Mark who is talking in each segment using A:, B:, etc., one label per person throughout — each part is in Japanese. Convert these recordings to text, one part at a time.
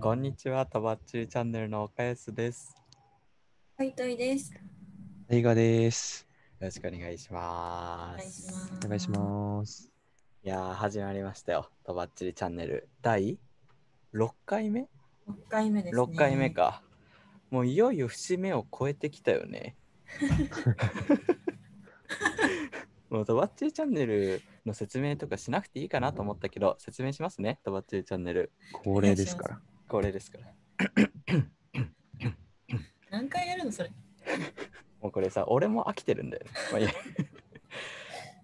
A: こんにちは、とばっちりチャンネルの岡安です。
B: はい、といです。
C: 映画です。
A: よろしくお願いしま
B: お願いし
A: す。
B: ます。
C: お願いします。
A: いやー、始まりましたよ。とばっちりチャンネル第6回目、
B: 六回目ですね。
A: ?6 回目。か。もういよいよ節目を超えてきたよね。もうとばっちりチャンネルの説明とかしなくていいかなと思ったけど、説明しますね、とばっちりチャンネル。
C: 恒例ですから。
A: これですから。
B: 何回やるのそれ。
A: もうこれさ、俺も飽きてるんだよね。まあ いいや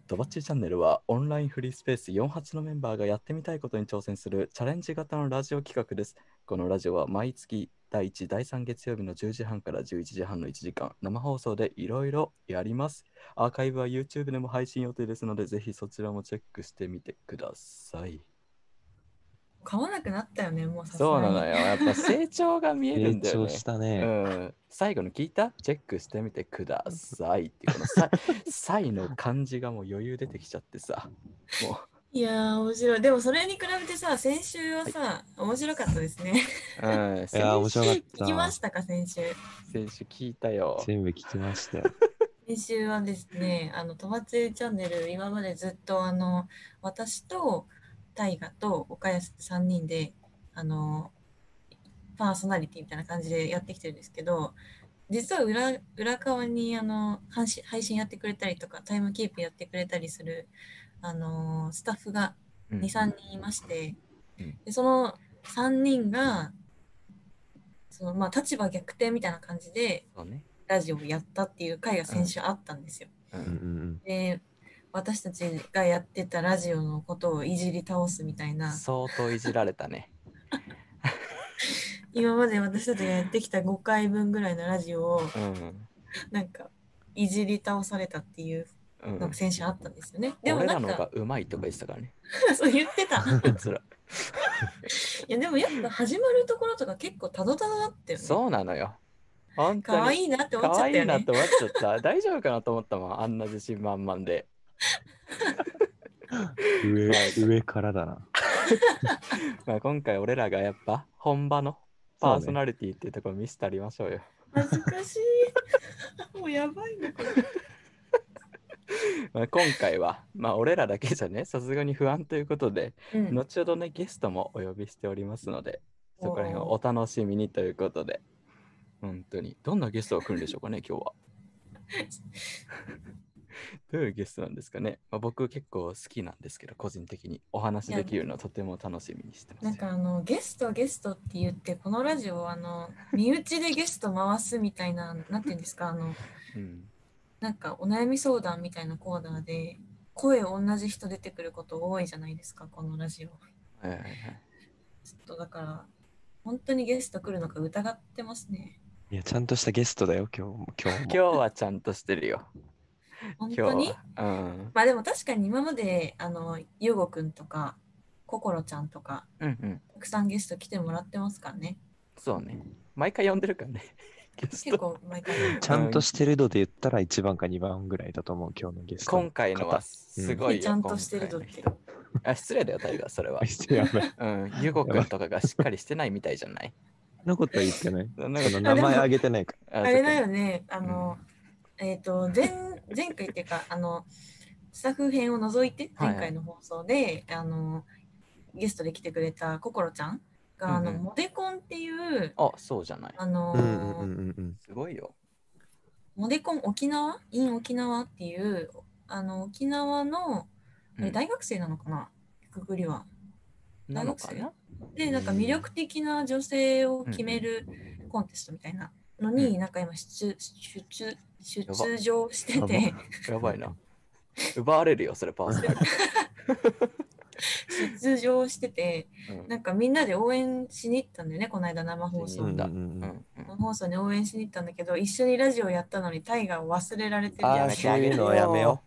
A: ドバッチリチャンネルはオンラインフリースペース48のメンバーがやってみたいことに挑戦するチャレンジ型のラジオ企画です。このラジオは毎月第1、第3月曜日の10時半から11時半の1時間、生放送でいろいろやります。アーカイブは YouTube でも配信予定ですので、ぜひそちらもチェックしてみてください。
B: 買わなくなったよね、もうさすがに
A: そうなのよ。。やっぱ成長が見える
C: 成
A: んだよ
C: 長
A: ね
C: し。た
A: う
C: ね。
A: ん、最後の聞いたチェックしてみてくださいっていうこの さ「さい」の漢字がもう余裕出てきちゃってさも
B: いやー、面白い。でもそれに比べてさ、先週はさ、面白かったで すね。
A: う、うん、
C: いやー、面
A: 先
C: 白かっ
B: 聞きま
C: た
B: し。たか、先週。
A: 先週聞いたよ
C: 全部聞きましたよ。
B: 先週はですね、あの、とばつゆチャンネル、今までずっと、あの、私と、大河と、岡安3人で、あの、パーソナリティみたいな感じでやってきてるんですけど、実は裏裏側にあの配信配信やってくれたりとか、タイムキープやってくれたりする、あのスタッフが
A: うん
B: 2、3人いまして
A: うん、
B: でその3人が、そのまあ、立場逆転みたいな感じで、
A: そうね
B: ラジオをやったっていう回が先週あったんですよ。
A: う
C: うんうん
A: ん
C: うん。
B: で私たちがやってたラジオのことをいじり倒すみたいな
A: 相当いじられたね
B: 今まで私たちがやってきた5回分ぐらいのラジオを
A: うん、
B: なんかいじり倒されたっていう
A: う
B: の
A: ん
B: が、先週あったんですよね。でも
A: 俺
B: な
A: ら
B: ん
A: の
B: か
A: がうまいとか言ってたからね
B: そう言ってた。
A: こいつら
B: いやでもやっぱ始まるところとか結構たどたどだったよね。
A: そうなのよ本当
B: 可愛
A: に
B: いなって思っち
A: 可
B: ゃった
A: 愛い
B: よ
A: な
B: ね
A: って。思っちゃった大丈夫かなと思ったもんあんな自信満々で
C: 上、上からだな。
A: まあ、今回俺らがやっぱ本場のパーソ
C: リ
A: ナリティっていうところ見せてありましょうよ。
B: 恥ずかしい。も うやばいなこれ。
A: まあ、今回は、まあ、俺らだけじゃね、さすがに不安ということで、
B: うん、
A: 後ほどね、ゲストもお呼びしておりますので、そこら辺をお楽しみにということで、本当に、どんなゲストが来るんでしょう かね、今日は。どういうゲストなんですかね、まあ、僕結構好きなんですけど、個人的にお話できるのとても楽しみにしてま
B: なん
A: すよ。
B: かあのゲストゲストって言ってこのラジオ あの身内でゲスト回すみたいななんていうんですかあの
A: うん、
B: なんかお悩み相談みたいなコーナーで声同じ人出てくること多いじゃないですかこのラジオち
A: は
B: ょ
A: いはいはい
B: っとだから本当にゲスト来るのか疑ってますね
C: いや、ちゃんとしたゲストだよ、今日も。今日も。
A: 今日はちゃんとしてるよ。
B: 本
A: 今
B: 当
A: 日
B: に
A: は。うん
B: まあでも確かに今まであのゆうごくんとかこころちゃんとか
A: うんうん
B: たくさんゲスト来てもらってますからね
A: そうね。毎回呼んでるから ね。ゲス
B: 結
A: ト
B: 構毎 回
C: ちゃんとしてる度で言ったら1番か2番ぐらいだと思う、今日のゲスト。。
A: 今回のはすごいよ。
B: ちゃんとしてるぞっ
A: 今
B: て
A: 回の人あ失礼だよ、タイガー、それは
C: して やばい。
A: うん、ユゴくんとかがしっかりしてないみたいじゃない。
C: そんなことは言ってない。
A: そんなこ
C: そ
A: と
C: の名前あげてないか
A: あ
B: あれだよねあの、えっ、と前前回っていうかあのスタッフ編を除いて
A: はいはい
B: 前回の放送で、あのゲストで来てくれたこころちゃんが、あ
A: う
B: の
A: んうん
B: モデコンっていう
A: あ、そうじゃない。
B: あの、
C: ら。うんうんうんうんうん。
A: すごいよ。
B: モデコン沖縄 in 沖縄っていうあの沖縄のあれ
A: うん
B: 大学生なのかな、くくりは。
A: なのかな
B: でなんか魅力的な女性を決めるコンテストみたいなのに、なんか今出出出
A: ば
B: 出場してて。
C: や
A: やばいな。奪われるよ、それパーソナリテ
B: 出場してて、
A: ィうん
B: なんかみんなで応援しに行ったんだよね、この間生放
A: そ
B: 送
A: う。だ
C: うんう
A: う
C: んうん
A: んうん
B: 生放送に応援しに行ったんだけど、一緒にラジオやったのにタイガーを忘れられてる
C: あー
A: や
B: や
A: め
B: つ
A: てあげて
C: そういうのやめよ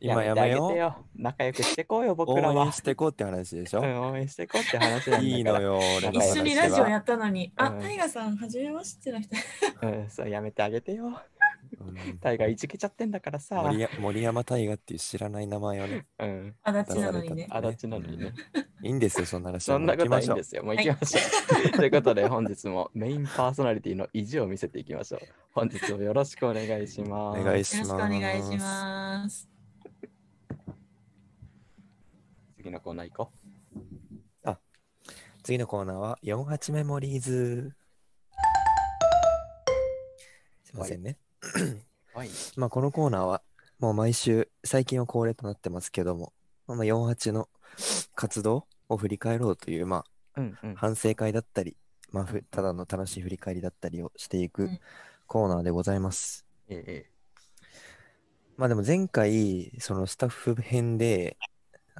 C: 今やめ
A: やめてあげて
C: よ
A: よ。仲良くしてこうよ、
C: う。
A: 僕ら
C: 応
A: は
C: 援し。てこうって話でし
A: う
C: ょ。
A: ん応援してこうって話なんだから。
C: いいのよ、俺の話は
B: 一緒にラジオやったのに、あ、
A: うん
B: タイガーさん、はじめましての人。
A: うん、そうやめてあげてよ。
C: うん
A: タイガーいじけちゃってんだからさ。
C: 森や森山大河っていう知らない名前をね、
A: うん。
B: あだちなのにね。
A: あだちなのにね。
C: いいんですよ、そんな話
A: そ
C: は。
A: んなこ
C: 行き
A: とは
C: ま
A: いい
C: し
A: ん
C: ょ
A: ですよ。もう
B: は
A: 行
B: い
A: きましょう。 ということで、本日もメインパーソナリティの意地を見せていきましょう。本日もよろしくお願いし
C: う。お
A: ます。
C: 願いし
B: よろし
C: ます。
B: くお願いします。
A: 次のコーナー行こう。
C: 次のコーナーは48メモリーズ。すいませんね。
A: はい。
C: まあこのコーナーはもう毎週最近は恒例となってますけども、まあ、48の活動を振り返ろうという、ま
A: うんうん
C: あ、。反省会だったり、まあ、ふただの楽しい振り返りだったりをしていうく
B: ん
C: コーナーでございます。
A: えええ
C: まあでも前回そのスタッフ編で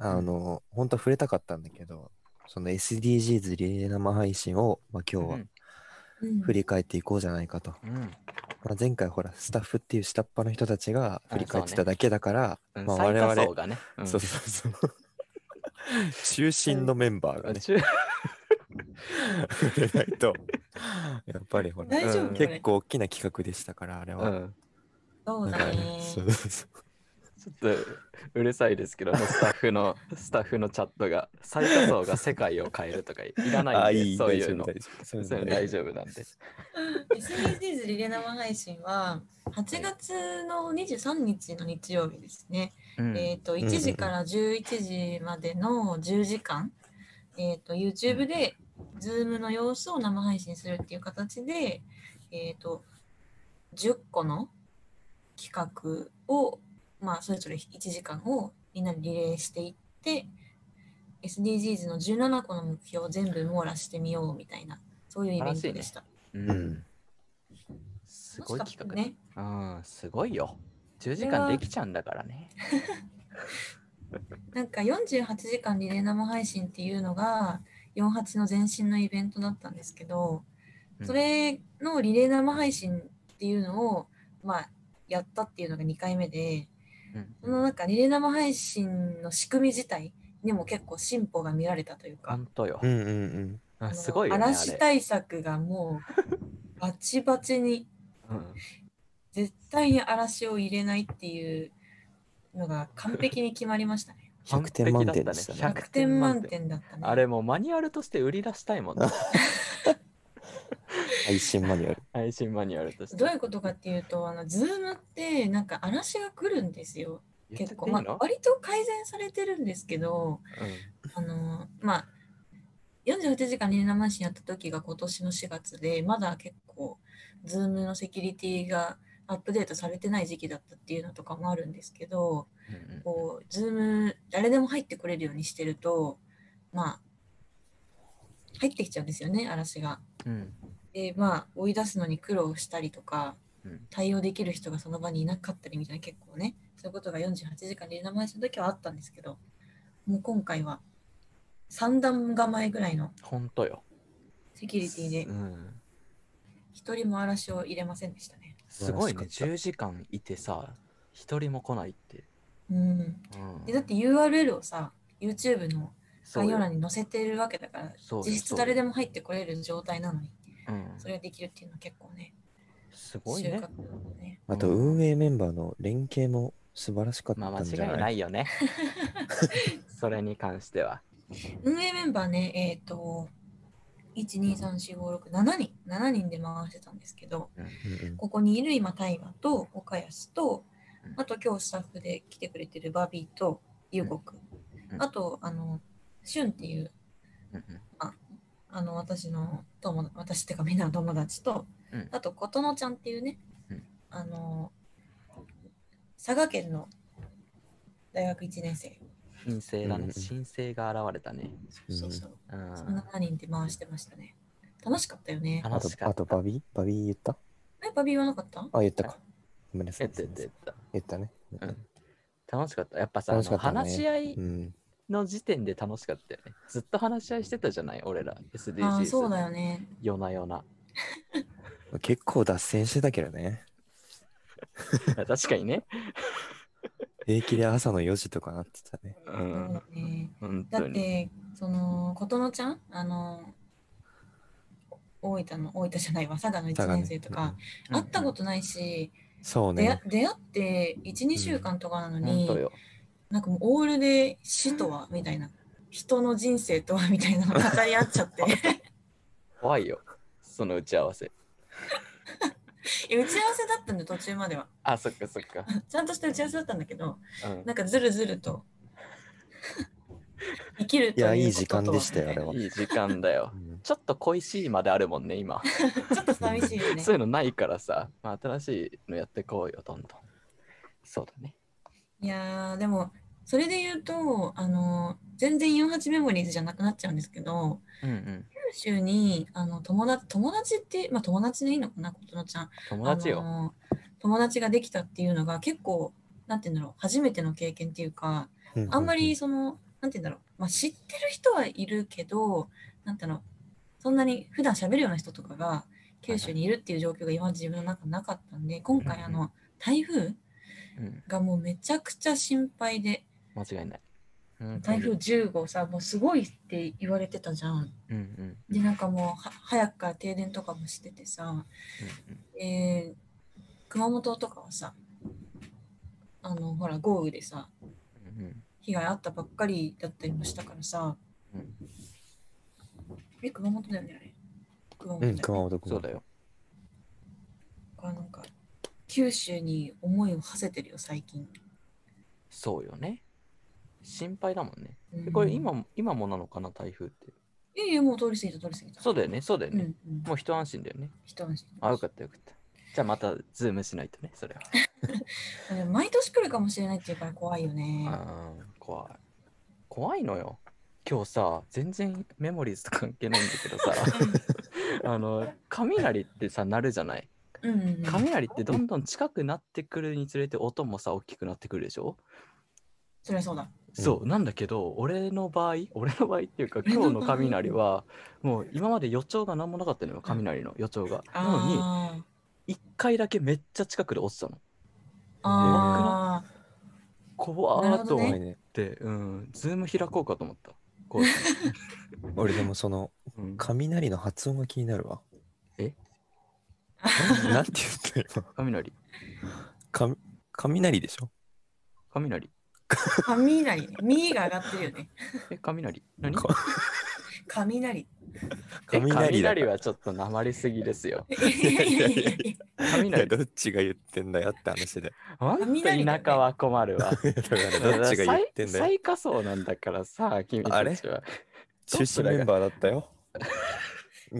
C: あの本当は触れたかったんだけどその SDGs リレー生配信を、まあ、
A: え。
C: 今日は
B: うん
C: 振り返っていこうじゃないかと。
A: うん。うん
C: まあ、前回ほらスタッフっていう下っ端の人たちが振り返ってただけだから、
A: うん
C: まあ
A: 最
C: 我々
A: 多層がね。うん
C: そうそうそう 中心のメンバーがね
A: 中
C: 触れな いとやっぱりほら
B: 大丈夫これ
C: 結構大きな企画でしたからあれ
A: う
C: は、
A: ん。
B: そう
C: だ
B: だ
C: から
B: ね。
C: そうそうそう
A: ちょっとうるさいですけども、スタッフの、スタッフのチャットが、最多層が世界を変えるとかいら
C: あ
A: ないんで、
C: いい
A: そう
C: 大
A: い
C: 丈
A: う
C: 夫
A: の。
C: 大丈夫そういう
A: そうい
C: の
A: うの大丈夫なんで。
B: SDGs リレー生配信は8月の23日の日曜日ですね。
A: うん
B: えっと1時から11時までの10時間、えっと YouTube で Zoom の様子を生配信するっていう形で、えっと10個の企画を、まあ、それぞれ1時間をみんなでリレーしていって、SDGs の17個の目標を全部網羅してみようみたいな、そういうイベントでした。
A: う
C: うんん。
A: すごい
B: 楽しか
A: 企
B: った
A: 画
B: ね。
A: うん、すごいよ。10時
B: これ
A: 間
B: は
A: できちゃうんだからね。
B: なんか48時間リレー生配信っていうのが48の前身のイベントだったんですけど
A: うん
B: それのリレー生配信っていうのを、まあ、やったっていうのが2回目で
A: うん
B: そのなんかリレー生配信の仕組み自体にも結構進歩が見られたというか
A: 本当よ
C: う。んうんうん
A: うん
B: あの
A: すごいよね。あれ
B: 嵐対策がもうバチバチに
A: うん
B: 絶対に嵐を入れないっていうのが完璧に決まりましたね。
A: 完
C: 100点
A: 璧
C: 満
A: だったね
C: 点でしたね
A: 100
B: 100点満点だったね。
A: あれもうマニュアルとして売り出したいもんね。
C: 配信マニュアル
A: 配信マニュアルとして。
B: どういうことかっていうと、あの、ズームってなんか嵐が来るんですよ。
A: 言っちゃって
B: 結構、
A: いい
B: ま
A: の
B: あ、割と改善されてるんですけど、あの、まあ、48時間リレー生配信やった時が今年の4月で、まだ結構、ズームのセキュリティがアップデートされてない時期だったっていうのとかもあるんですけど、
A: うんうんうん
B: こう、ズーム、誰でも入ってくれるようにしてると、まあ、入ってきちゃうんですよね、嵐が。
A: うん
B: で、まあ、追い出すのに苦労したりとか、
A: うん
B: 対応できる人がその場にいなかったりみたいな結構ねそういうことが48時間で名前した時はあったんですけどもう今回は三段構えぐらいの
A: 本当よ。
B: セキュリティで
A: うん
B: 一人も嵐を入れませんでしたね。
A: すごいね。
C: 素晴ら
A: 10時間いてさ、一人も来ないって。
B: うん、
A: うん
B: でだって URL をさ YouTube の
A: そう
B: 概
A: よ
B: 要欄に載せてるわけだから
A: そうよ
B: 実質
A: そうよ
B: 誰でも入ってこれる状態なのに
A: うん
B: それができるっていうのは結構ね
A: すごい
B: 収
A: ね
B: 穫だ。ね。
C: あと運営メンバーの連携も素晴らしかった
A: まあ間
C: ん
A: 違
C: じ
A: い
C: ゃない,、
A: ない よね。それに関しては。
B: 運営メンバーねえっ、と1234567人7人で回してたんですけど
C: うんうん
B: ここにいる今、大河と岡安と
A: うん、
B: あと今日スタッフで来てくれてるバービーとゆうごくん
A: うん
B: あと、あの、しゅんっていう、
A: うんうん
B: あの、私の友達、私っていうかみんなの友達と
A: うん、
B: あと、ことのちゃんっていうね
A: うん、
B: あの、佐賀県の大学1年生、
A: 新生だ
C: うんう
A: ね。
C: ん
A: 新生が現れたね。
C: うん
B: そうそう、
A: う
B: そ
A: ん。
B: 7人で回してましたね。楽しかったよね。
C: あ
A: 楽
C: と
A: しか
C: あ
A: った
C: と。バビーバビー言った
B: え、バービーはなかった
C: あ言ったかごめんなさ
A: えっ
C: い
A: とえっとえっと
C: 言ったね
A: 楽しかった。やっぱさ、あ
C: 楽しか
A: の
C: ったね
A: 話し合い
C: うん
A: の時点で楽しかったよね。ずっと話し合いしてたじゃない、俺ら。
B: あ
A: SDGs。
B: ー、そうだよね。
A: 夜な夜な。
C: 結構脱線してたけどね
A: 確かにね。
C: 平気で朝の4時とかなってたね。
A: う
B: そうんだ。ね。
A: 本
B: だ
A: 当
B: っ
A: に。
B: てその琴乃ちゃんあの大分の大分じゃないわ佐賀の1年生とか、
A: うん
B: 会ったことないし、
C: そう
B: 出
C: ね
B: 会。出会って1、2週間とかなの
A: 本
B: に、
A: 当よ。
B: なんかもうオールで死とはみたいな、人の人生とはみたいなの語り合っちゃって、
A: 怖いよ。その打ち合わせ。
B: いや打ち合わせだったんで途中までは。
A: あ、そっかそっか。
B: ちゃんとした打ち合わせだったんだけど、
A: うん
B: なんかずるずると。生きるということとはい
C: やいい時間でしたよあれは
A: うんいい時間だよ
C: う。ん
A: ちょっと恋しいまであるもんね、今。
B: ちょっと寂しいよね
A: そう。いうのないからさ、まあ、新しいのやってこうよ、どんどん。そうだね。
B: いやーでもそれで言うとあの全然48メモリーズじゃなくなっちゃうんですけど
A: うんうん。
B: 九州にあの友達友達ってまあ友達でいいのかな琴乃ちゃん
A: 友達
B: あ
A: よ。
B: の友達ができたっていうのが結構なんて言うんだろう初めての経験っていうかあんまり、その、なんて言うんだろう、まあ、知ってる人はいるけど、なんていうの、そんなに普段喋るような人とかが九州にいるっていう状況が今まで自分の中なかったんで、
A: う
B: 今
A: ん
B: 回、
A: うん
B: あの、台風
A: うん、
B: がもうめちゃくちゃ心配で、
A: 間違いない。うん
B: 台風10号さ、もうすごいって言われてたじゃん。
A: うんうん
B: で、なんかもうは、早くから停電とかもしててさ、えー、熊本とかはさ、あの、ほら、豪雨でさ、
A: うんうん
B: 被害あったばっかりだったりもしたからさ、
A: うん
B: え、熊本だよね、あれ。熊本
C: う
B: だよ
C: ん、
B: ね
C: 熊本君。
A: そうだよ。
B: あなんか、九州に思いを馳せてるよ、最近。
A: そうよね。心配だもんね。
B: うん
A: えこれ今も今もなのかな、台風って。
B: いやいや、もう通り過ぎた、通り過ぎた。
A: そうだよね、そうだよ
B: うんう
A: ね。
B: ん。
A: もう一安心だよね。
B: 一安心。
A: あ、よかったよかった。じゃあまたズームしないとね、それは。
B: でも毎年来るかもしれないっていうから怖いよね。
A: あー怖い。怖いのよ。今日さ、全然メモリーズと関係ないんだけど さ、あの、雷ってさ、鳴るじゃない。
B: うんうんうん。
A: 雷ってどんどん近くなってくるにつれて音もさ、大きくなってくるでしょ
B: そりゃそうだ。
A: そう、なんだけど、俺の場合、 俺の場合っていうか、今日の雷は、もう今まで予兆が何もなかったのよ、雷の予兆が。なのに、
B: あー
A: 一回だけめっちゃ近くで落ちたの。
B: あー。
A: 怖
B: なる
A: ー
B: ほ
A: と
B: どね
A: 思っ
C: 怖いね。
A: て、うん、ズーム開こうかと思った。こうやって
C: 俺でもその、
A: うん
C: 雷の発音が気になるわ。
A: え
C: ななんて言った今
A: 雷、
C: かみ雷でしょ
A: 雷、
B: 雷ね。ミーが上がってるよね。
A: え、雷、何
C: か
B: 雷。
A: え雷
C: 雷だ
A: はちょっとなまりすぎですよ。
B: いやいやいやいや
C: いや
A: 雷、
C: どっちが言ってんだよって話で。
A: ほんと
B: 雷だ
A: 田
B: ね
A: 舎は困るわ。
C: だからどっちが言ってんだ
A: 最
C: よ。
A: 最下層なんだからさ、君たちは。
C: 中心メンバーだったよ。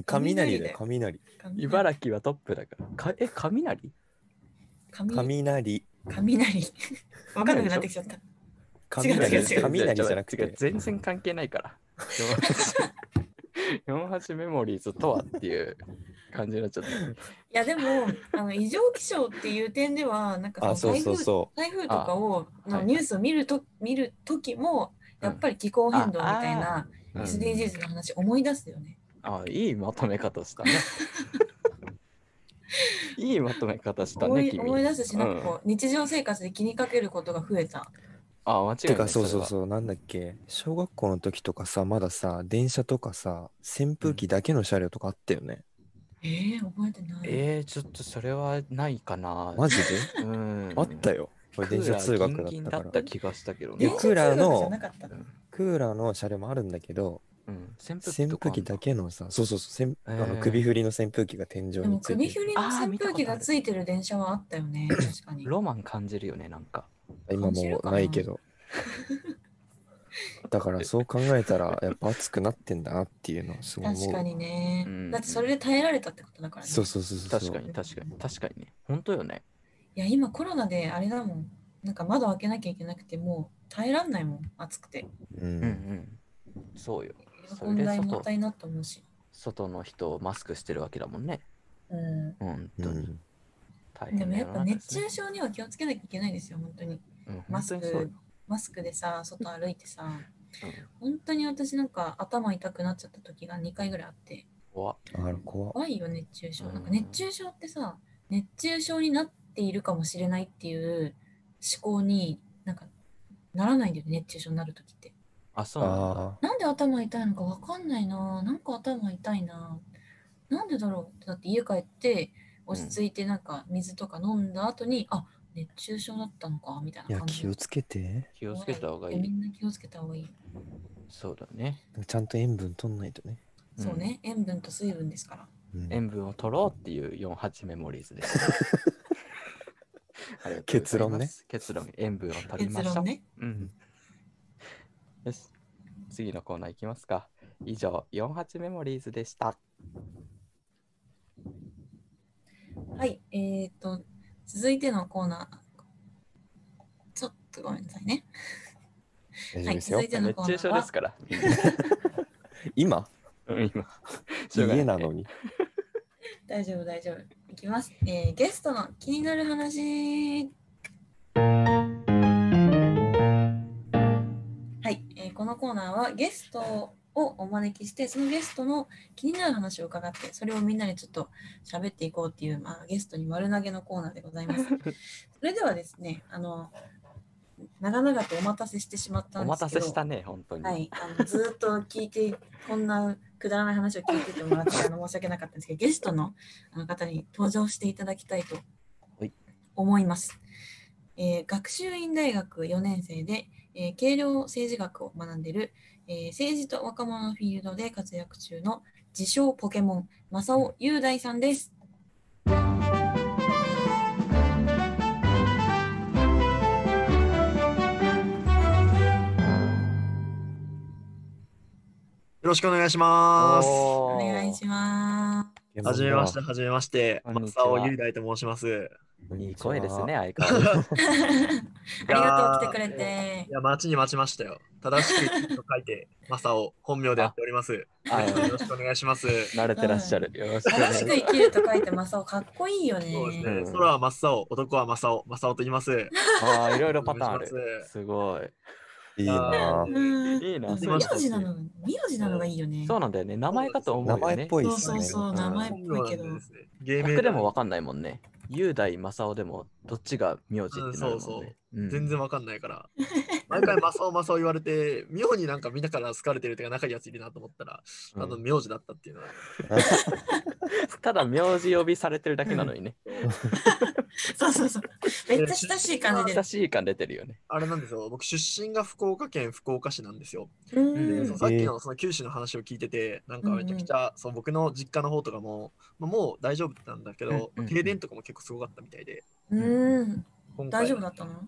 C: 雷だよ、雷。
B: 雷
A: 茨城はトップだから。かえ、雷
B: 雷。
C: 雷。
B: 雷。わかんなくなってきちゃった。違う
C: 雷
B: 違う違う
C: 雷じゃなく
A: 違う違う
C: て。
A: 全然関係ないから。48メモリーズとはっていう感じになっちゃった。
B: いやでもあの異常気象っていう点ではなんか
C: あ、
B: その
C: そう
B: 台
C: そう
B: 風
C: そ
B: 台風とかを
A: あは
B: の
A: い
B: ニュースを見ると見る時もやっぱり気候変動みたいな
A: うん
B: SDGs の話思い出すよね。
A: あいいまとめ方した ね。いいまとめ方した
B: 思
A: ね、
B: い
A: 君。
B: 思い出すしなんか
A: うん
B: こう日常生活で気にかけることが増えた。
A: あ間違い
C: う。て
A: ない。
C: か、そうそう
A: う。
C: そう、なんだっけ。小学校の時とかさ、まださ、電車とかさ、扇風機だけの車両とかあったよね。
B: ええ覚えてない。
A: えー、ちょっとそれはないかな。
C: マジで
A: うん。
C: あったよ。これ電車通学
A: クー
C: だ
A: ラーギンギン
C: った
A: だ
C: か
A: っ
C: ら。
A: た気がしたけど
C: いや
A: ね
B: 電。車
C: クーラーの
B: 通学じゃなかったの
C: クーラーの車両もあるんだけど、
A: うん、扇風機
C: 扇
A: と
C: 風
A: かあんの
C: 機だけのさ、そうそうそう、扇あ
A: え
C: の
A: ー
C: 首振りの扇風機が天井
B: でも
C: につい
B: 首
C: て
B: 振
C: る。
B: りの
A: あー
B: 扇
A: 見たこ
B: 風
A: と
B: 機がついてる電車はあったよね確かに。
A: ロマン感じるよね、なんか。
C: 今もうない けど。だからそう考えたら、やっぱ暑くなってんだなっていうのはすごい思う。
B: 確かにね、
A: うん
B: だってそれで耐えられたってことだからね。
C: そうそうそうそう。
A: 確かに、確かに、確かにね。本当よね。
B: いや、今コロナであれだもん。なんか窓開けなきゃいけなくて、もう耐えらんないもん、暑くて。
C: う
A: うん
C: ん。
A: うん。そうよ。
B: エアコン代
A: それで外
B: もったいなと思うし。
A: 外の人をマスクしてるわけだもんね。
B: うん。
A: 本
C: う
A: 当に。
C: ん。
A: 大
B: で
A: 変
B: も
A: な
B: や
A: 世
B: っ
A: の
B: ぱ
A: 中で
B: 熱
A: すね
B: 中症には気をつけなきゃいけないですよ、本当に。
A: うん
B: マ
A: 本
B: ス
A: 当にそうよ
B: ク。、マスクでさ、外歩いてさ、
A: うん
B: 本当に私なんか頭痛くなっちゃった時が2回ぐらいあって、
A: 怖っ
C: あら、怖っ
B: 怖いよ、熱中症。なん
A: う
B: か
A: ん
B: 熱中症ってさ、熱中症になっているかもしれないっていう思考になんかならないんだよね、熱中症になる時って。
A: あ、そうなんだ。
C: あ
B: なんで頭痛いのかわかんないな。なんか頭痛いな。なんでだろうってだって家帰って落ち着いてなんか水とか飲んだ後に、あ熱中症だったのかみたい
C: い
B: な
C: や、
B: 感じ
C: 気をつけて。
A: 気をつけた方がい
B: み
A: い。
B: んな気をつけた方がいい。
A: そうだね。
C: ちゃんと塩分取んないとね。
A: うん
B: そうね、塩分と水分ですから。
C: うん
A: 塩分を取ろうっていう48メモリーズ です。ありがとうございます
C: 結論ね。
A: 結論、塩分を取りま
B: 結
A: した。
B: 論ね。
A: うん。よし。次のコーナーいきますか。以上、48メモリーズでした。
B: はい、えっ、と、続いてのコーナー。ちょっとごめんなさいね。
C: 大丈夫ですよ
B: はい。続いての
A: 熱
B: コーナーは
A: 中症です から。
C: 今
A: うん今。しょうがい
C: 家なのに。
B: 大丈夫、大丈夫。いきます。えーゲストの気になる話。はい、えーこのコーナーはゲストをお招きして、そのゲストの気になる話を伺って、それをみんなでちょっと喋っていこうっていう、まあ、ゲストに丸投げのコーナーでござ います。それではですね、あの、長々とお待たせしてしまった
A: お
B: んで
A: 待
B: す
A: た
B: け
A: せ
B: ど、
A: したね、本当に。
B: はい、あのずーっと聞いて、こんなくだらない話を聞いててもらってあの申し訳なかったんですけど、ゲストのあの方に登場していただきたいと
A: はい
B: 思います。えー学習院大学4年生で、えー軽量政治学を学んでいる、えー政治と若者のフィールドで活躍中の自称ポケモン、正尾雄大さんです。
D: よろしくお願いします。は
B: お願いしま
D: じめまして、。はじめまして。
A: こんにち
D: 松
A: は
D: 尾雄大と申します。
A: いい声ですね、。相変わらず。
B: す。 ありがとう、来てくれて
D: い。や、待ちに待ちましたよ。正しく書いて、 マサオ、本名でやっております。よ
A: あ
D: ろしくお願いします。
A: 慣れてらっしゃる。よろしくお願い
B: 正
A: し
B: し
A: ます
B: く。生きると書いて正尾、かっこいいよね。
D: そうです
A: う
D: ね。
A: ん
D: 空は真っ青、男は真っ青、真っ青と言います。
A: ああ、いろいろパターンあ
D: お願いし
A: る。
D: ます
A: すごい。
C: いいなぁ。
B: うん
A: いいな、
D: 行き
A: そう
D: ま
A: い
D: し
A: う
D: た
B: 名
D: し
B: 字なの、名字なのがいいよね。
A: そうなんだよね。名前かと思うよ
C: 名
A: ね。
C: 前っぽいっす
B: そ
C: ね
B: う。そう、名前っぽいけど。
D: 本名なん
B: う
D: ですね芸名
A: 逆でもわかんないもんね。雄大正雄でもどっちが名字ってなるもんね。
D: うんそうそう
A: うん
D: 全然わかんないから。毎回マサオマサオ言われて、妙になんかみんなから好かれてるというか仲いいやついるなと思ったら、
A: うん
D: あの名字だったっていうのは。
A: ただ名字呼びされてるだけなのにね。
B: そうそうそう。めっちゃ親しい感じで
A: 親。しい感出てるよね。
D: あれなんですよ。僕出身が福岡県福岡市なんですよ。
B: うん
A: う
D: で
A: ん
D: そうさっきのその九州の話を聞いてて、なんかめちゃくちゃ、そう僕の実家の方とかも、まあもう大丈夫なんだけ
A: うん
D: ど
A: うん、
D: 停電とかも結構すごかったみたいで、
B: うん。大
D: 今回
B: 丈夫だったの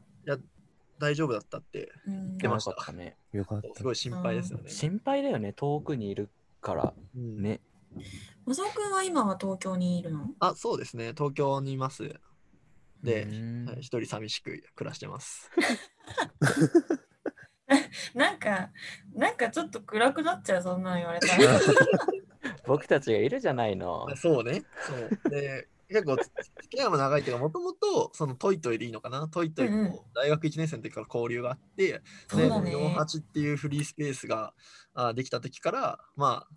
D: 大丈夫だったって、
B: うん
D: 出まし
A: よ
D: た
A: かったね。
C: よかっ
D: すごい心配ですよね。
A: 心配だよね。遠くにいるから
D: うん
A: ね。
B: マサオくんは今は東京にいるの
D: あ、そうですね。東京にいます。で、
A: うん
D: はい一人寂しく暮らしてます。
B: なんか、なんかちょっと暗くなっちゃう、そんなの言われた ら。
A: 僕たちがいるじゃないの。
D: そうね。そう。で、結構、付き合いも長いけど、もともと、そのトイトイでいいのかなトイトイ
B: うんうん
D: も大学1年生の時から交流があって、
B: そうだね
D: 48っていうフリースペースがあできた時から、まあ、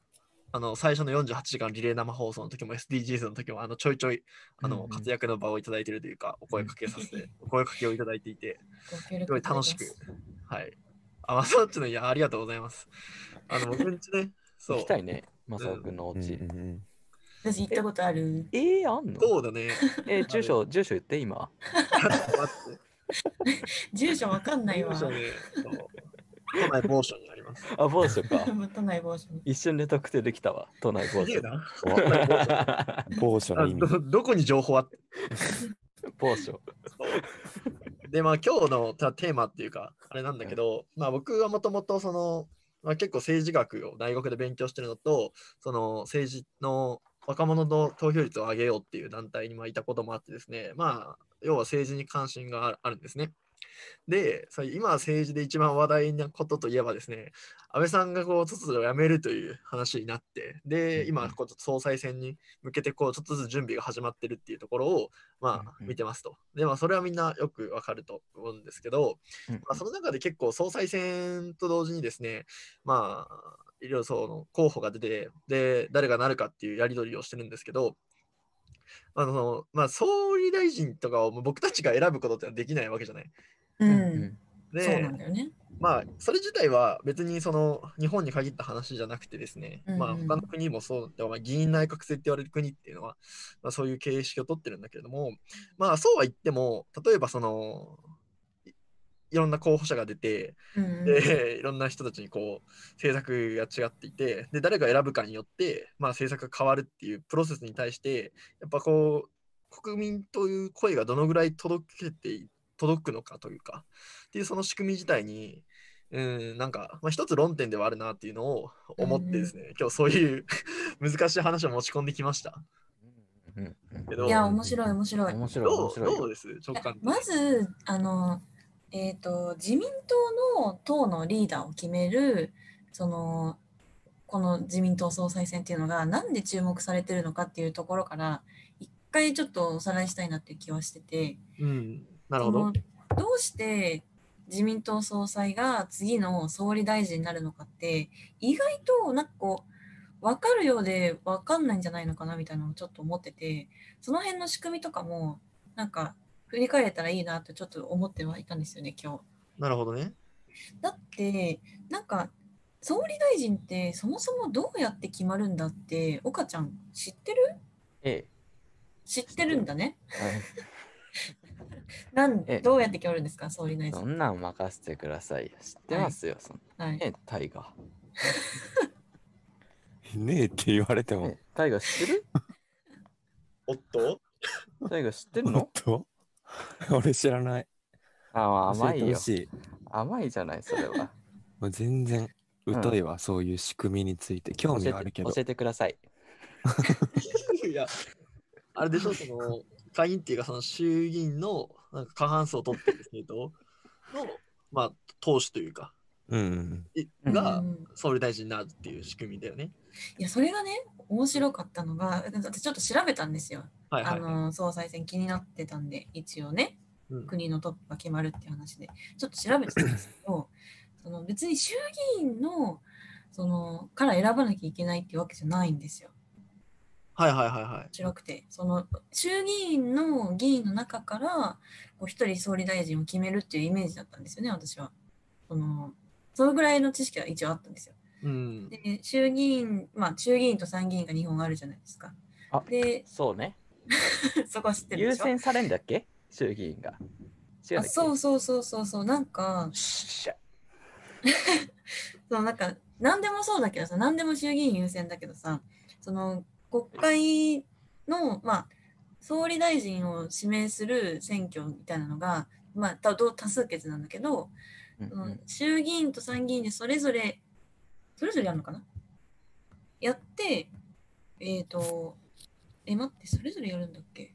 D: あの最初の48時間リレー生放送の時も SDGs の時もあのちょいちょいあ
A: うんう
D: の
A: ん
D: 活躍の場をいただいているというか、お声かけさせて、お声かけをいただいていて、
B: ご協
D: すご
B: 力
D: い
B: いただ
D: 楽
B: き
D: し
B: ま
D: く
B: す。。
D: はい。あ、まさっちの、いや、ありがとうございます。あの、僕ん ちね、そ
A: 行
D: う
A: き。たいね。正雄くんのお
C: た。うん
A: 家。
C: うんうん
B: 私行ったことある。
A: えー、あんの
D: そうだね。
A: えー、住所、住所言って今。
D: ちょっと待 って
B: 住所わかんないわ。
D: そうねそう都内某所にあります。
A: あ、某所 か。
B: 都内某所に。
A: 一瞬で特定できたわ。都内某
D: すげえ
A: 所。
D: な
C: 某所の
D: あ
C: 意味。
D: どどこに情報あって
A: 某所。
D: で、まあ今日のたテーマっていうか、あれなんだけど、まあ僕はもともとその、まあ、結構政治学を大学で勉強してるのと、その政治の若者の投票率を上げようっていう団体にまあいたこともあってですね、まあ要は政治に関心がああるんですね。で、それ今政治で一番話題なことといえばですね、安倍さんがこう、突如辞めるという話になって、で、
A: うん
D: 今、
A: うん
D: こう総裁選に向けて、こう、ちょっとずつ準備が始まってるっていうところを、まあ
A: う、んうん
D: 見てますと。で、まあ、それはみんなよくわかると思うんですけど、
A: うん
D: まあ、その中で結構、総裁選と同時にですね、まあ、いろいろその候補が出て、で、誰がなるかっていうやり取りをしてるんですけど、あの、まあ、総理大臣とかを僕たちが選ぶことってのはできないわけじゃない。
B: う。
A: うん
B: そうな
D: で
B: ん、だよね。
D: まあ、それ自体は別にその日本に限った話じゃなくてですね、
B: うんうん
D: まあ、他の国もそうで、まあ、議員内閣制って言われる国っていうのは、まあ、そういう形式を取ってるんだけれども、まあ、そうは言っても、例えばその、いいろんな候補者が出て、
B: うんうん
D: で、い ろんな人たちにこう、政策が違っていて、で、誰が選ぶかによって、まあ、政策が変わるっていうプロセスに対して、やっぱこう、国民という声がどのぐらい届けて、届くのかというか、っていうその仕組み自体に、うん、なんか、まあ、一つ論点ではあるなっていうのを思ってですね、今日そういう 難しい話を持ち込んできました。
A: うんうん
D: けど、
B: いや、面白い、面白い。
A: 面白い、
D: ど
A: 面
D: う
A: 白い
D: ど
A: よ
D: う。です直感的に
B: まず、あの、えっ、と、自民党の党のリーダーを決める、その、この自民党総裁選っていうのが、なんで注目されてるのかっていうところから、一回ちょっとおさらいしたいなっていう気はしてて、
D: うん、なるほど。
B: そのどうして自民党総裁が次の総理大臣になるのかって、意外となんかこう、分かるようで分かんないんじゃないのかなみたいなのをちょっと思ってて、その辺の仕組みとかも、なんか振り返れたらいいなとちょっと思ってはいたんですよね、今日。
D: なるほどね。
B: だってなんか総理大臣ってそもそもどうやって決まるんだって岡ちゃん知ってる
A: え
B: 知ってるんだね。
A: え、はい
B: なん
A: ええ
B: どうやって決まるんですか総理大
A: そ
B: 臣。
A: んなん任せてくださいよ。知ってますよ、そん
B: はい。
A: な。え、タイガ
C: ねえって言われて
A: ー。
C: も
A: え。タイガー知ってる
D: おっと
A: タイガー知ってる
C: 本
A: の
C: 当 俺知らない。
A: あ、まあ甘い
C: 教えて
A: よ
C: ほ。しい。
A: 甘いじゃない、それは。
C: もう全然疎いわ、そういう仕組みについて。興味はあるけど
A: 教えて教。えてください。
D: いや、あれでしょ、その、会員っていうか、その衆議院のなんか過半数を取ってる政党の、まあ、党首というか、
C: うんうん
D: い
A: うん
D: が
B: うん
D: 総理大臣になるっていう仕組みだよね。
B: いやそれがね面白かったのが私ちょっと調べたんですよ、
D: はいは
B: あ
D: い。
B: の総裁選気になってたんで一応ね
D: うん
B: 国のトップが決まるっていう話でちょっと調べてたんですけ どその別に衆議院のそのから選ばなきゃいけないっていうわけじゃないんですよ。
D: はいはいはいはい
B: 面。白くてその衆議院の議員の中からこう一人総理大臣を決めるっていうイメージだったんですよね私はそのそのぐらいの知識は一応あったんですよ
D: うん。
B: で衆議院まあ衆議院と参議院が日本あるじゃないですか
A: あ
B: で
A: そうね。
B: そこは知ってる
A: 優
B: でしょ
A: 先されんだっけ衆議院が。違うんだっけ
B: あそうそうそうそうそうなんか
A: しゃ
B: そのなんか何でもそうだけどさ何でも衆議院優先だけどさその国会のまあ総理大臣を指名する選挙みたいなのがまあ多多数決なんだけど、
A: うん
B: その
A: うん
B: 衆議院と参議院でそれぞれそれぞれやるのかなやってえっ、とえ待ってそれぞれやるんだっけい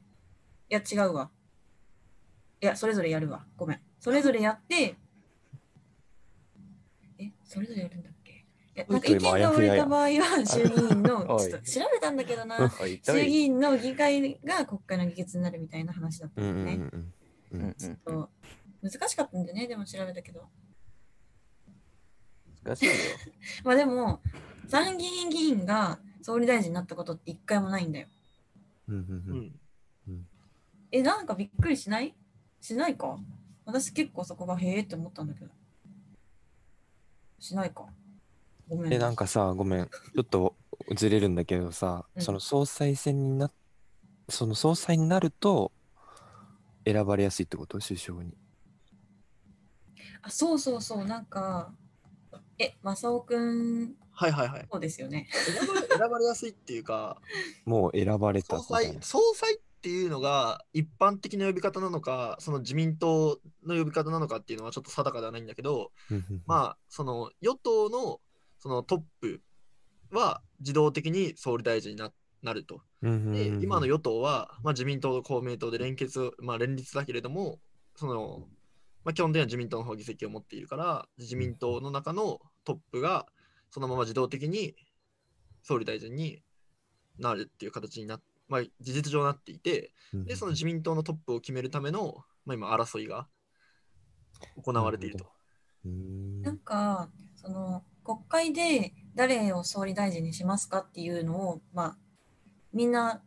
B: や違うわいやそれぞれやるわごめんそれぞれやってえそれぞれやるんだっけいやなんか意見が割れた場合は衆議院
A: お
B: の
A: い
B: ちょっと調べたんだけどな
A: おいど
B: 衆議
A: い
B: 院の議会が国会の議決になるみたいな話だった
C: うん
B: ん
C: う
B: で
C: ん
B: ね、
C: うんう
A: うんん
B: ち
A: うん
B: ょっと難しかったんでねでも調べたけど
A: 難しいよ。
B: まあでも参議院議員が総理大臣になったことって一回もないんだよ
C: うんうん
D: う
C: うんうん
D: ん。
B: えなんかびっくりしないしないか私結構そこがへえって思ったんだけどしないかごめん
C: でなんかさごめんちょっとずれるんだけどさ、
B: うん
C: その総裁選になその総裁になると選ばれやすいってこと首相に
B: あそうそうそうなんかえ正雄くん
D: はいはいはい。
B: そうですよね
D: 選ばれ 選ばれやすいっていうか、
C: もう選ばれた
D: 総
C: みたい
D: 裁
C: な
D: 総裁っていうのが一般的な呼び方なのか、その自民党の呼び方なのかっていうのはちょっと定かではないんだけど、
C: うんうん
D: まあ、その与党のそのトップは自動的に総理大臣にななると。
C: うんうん
D: で、
C: うんうん
D: 今の与党は、まあ、自民党と公明党で連結を、まあ、連立だけれども、そのまあ、基本的には自民党の方が議席を持っているから、自民党の中のトップがそのまま自動的に総理大臣になるっていう形になっまあ、事実上なっていて、
C: うん
D: で、その自民党のトップを決めるための、まあ、今、争いが行われていると。
C: うん
B: なんかその国会で誰を総理大臣にしますかっていうのを、まあ、みんな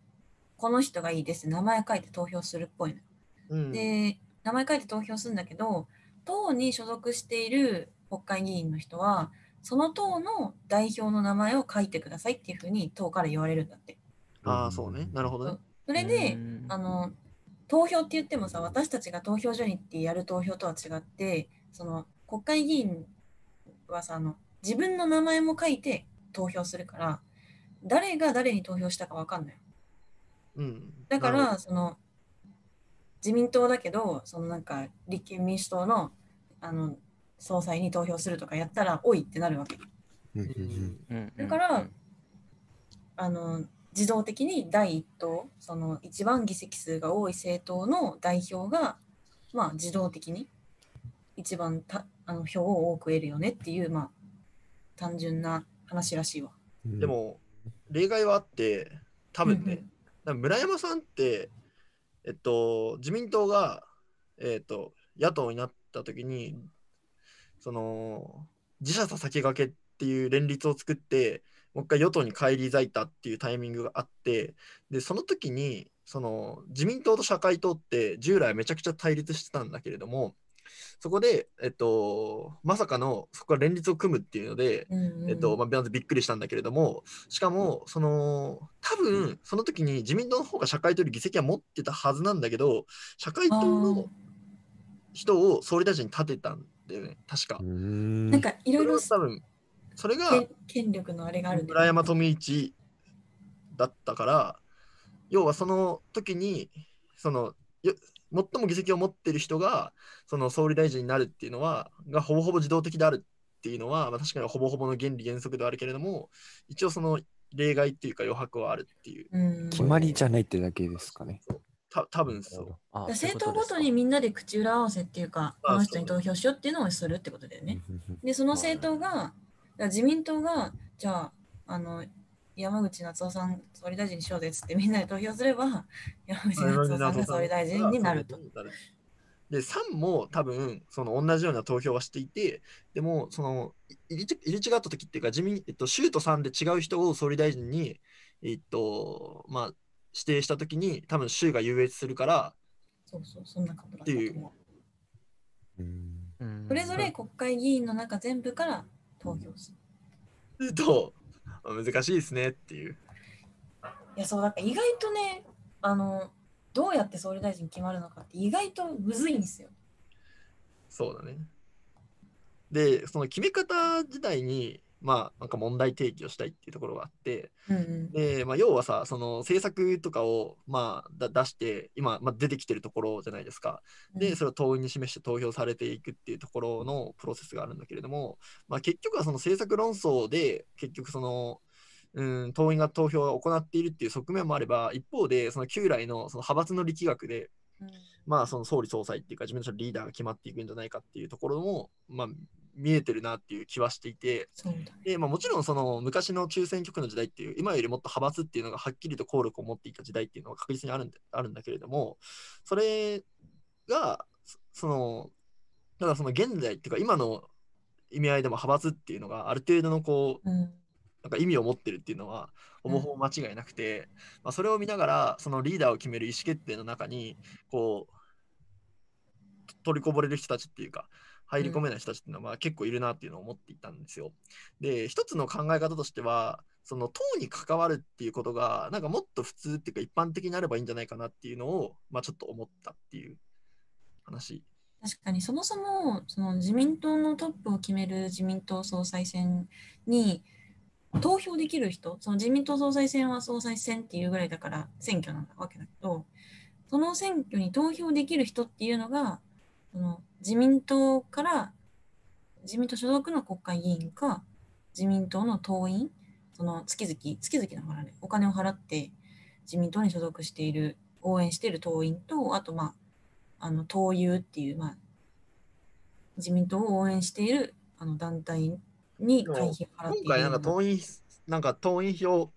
B: この人がいいです名前書いて投票するっぽいの。
D: うん
B: で名前書いて投票するんだけど党に所属している国会議員の人は、その党の代表の名前を書いてくださいっていうふうに党から言われるんだって。
D: ああ、そうね。なるほどね。
B: それで、あの投票って言ってもさ私たちが投票所に行ってやる投票とは違ってその国会議員はさあの自分の名前も書いて投票するから誰が誰に投票したか分かんない
D: うん。
B: だか
D: なるほ
B: らその自民党だけどそのなんか立憲民主党のあの総裁に投票するとかやったらおいってなるわけ
C: うん
D: ど、うん
B: だからあの自動的に第一党その一番議席数が多い政党の代表が、まあ、自動的に一番たあの票を多く得るよねっていう、まあ、単純な話らしいわ。
C: うん
D: で、も、例外はあって、多
B: う
D: 分
B: んう
D: ね
B: ん、
D: 多分村山さんって、えっと、自民党が、えっと、野党になった時に、その、自社と先駆けっていう連立を作って、もう一回与党に返り咲いたっていうタイミングがあって、で、その時に、その自民党と社会党って従来めちゃくちゃ対立してたんだけれども、そこで、えっと、まさかのそこから連立を組むっていうので、
B: うんうん
D: えっとまあ、まずびっくりしたんだけれども、しかも、その多分その時に自民党の方が社会党より議席は持ってたはずなんだけど、社会党の人を総理大臣に立てたんだよね、確か
C: う。
B: あー
C: ん
B: なんかい
D: そ
B: ろい
D: れ
B: ろ
D: は多分それが
B: 権権力のあれがあるんだよ
D: 村山富一だったから、要はその時に、そのよ最も議席を持ってる人がその総理大臣になるっていうのは、がほぼほぼ自動的であるっていうのは、まあ、確かにほぼほぼの原理原則ではあるけれども、一応その例外っていうか余白はあるっていう、
B: うん
C: 決まりじゃないってだけですかね。
D: た多分そう。
A: あ
B: だから政党
A: そういう
B: ご
A: ことです
B: に
A: か
B: みんなで口裏合わせっていうか、
D: あ
B: こ
D: ー
B: の人に投票しようっていうのをするってことだよね。で、その政党が、だから自民党が、じゃあ、あの、山口夏夫さん総理大臣にしようぜっつってみんなで投票すれば、山 口夏夫さんが総理大臣になると。
D: で3も多分その同じような投票はしていてでもそのい入れ違った時っていうか自民、えっと、州と3で違う人を総理大臣に、えっとまあ、指定した時に多分州が優越するから
B: そうそう、そんなことだったと
D: っていう
B: 思う。それぞれ国会議員の中全部から投票する。
D: するとまあ難しいですねっていう。
B: いや、そう、だから意外とね、あの、どうやって総理大臣決まるのかって意外とむずいんですよ。
D: そうだね。で、その決め方自体に、まあ、なんか問題提起をしたいっていうところがあって、
B: うんうん
D: で、まあ、要はさ、その政策とかを、まあ、だ出して、今、まあ、出てきてるところじゃないですか。で、それを党員に示して投票されていくっていうところのプロセスがあるんだけれども、まあ、結局はその政策論争で、結局その、うん、党員が投票を行っているっていう側面もあれば、一方で、その旧来のその派閥の力学で、
B: うん
D: まあ、その総理総裁っていうか、自分たちのリーダーが決まっていくんじゃないかっていうところも、まあ、見えてるなっていう気はしていて、
B: そうだ。
D: でまあ、もちろんその昔の中選挙区の時代っていう、今よりもっと派閥っていうのがはっきりと効力を持っていた時代っていうのは確実にあるんであるんだけれども、それが、そその、ただその現在っていうか、今の意味合いでも派閥っていうのがある程度のこう
B: うん
D: なんか意味を持ってるっていうのはほぼほぼ間違いなくて、まあ、それを見ながらそのリーダーを決める意思決定の中にこうと取りこぼれる人たちっていうか入り込めない人たちっていうのはまあ結構いるなっていうのを思っていたんですよ。で一つの考え方としてはその党に関わるっていうことがなんかもっと普通っていうか一般的になればいいんじゃないかなっていうのを、まあ、ちょっと思ったっていう話。
B: 確かにそもそもその自民党のトップを決める自民党総裁選に投票できる人その自民党総裁選は総裁選っていうぐらいだから選挙なわけだけどその選挙に投票できる人っていうのがその自民党から自民党所属の国会議員か自民党の党員その月々月々だからねお金を払って自民党に所属している応援している党員とあとまああの党友っていう、まあ、自民党を応援しているあの団体に会費を払っている
D: 今回なんか党員なんか党員票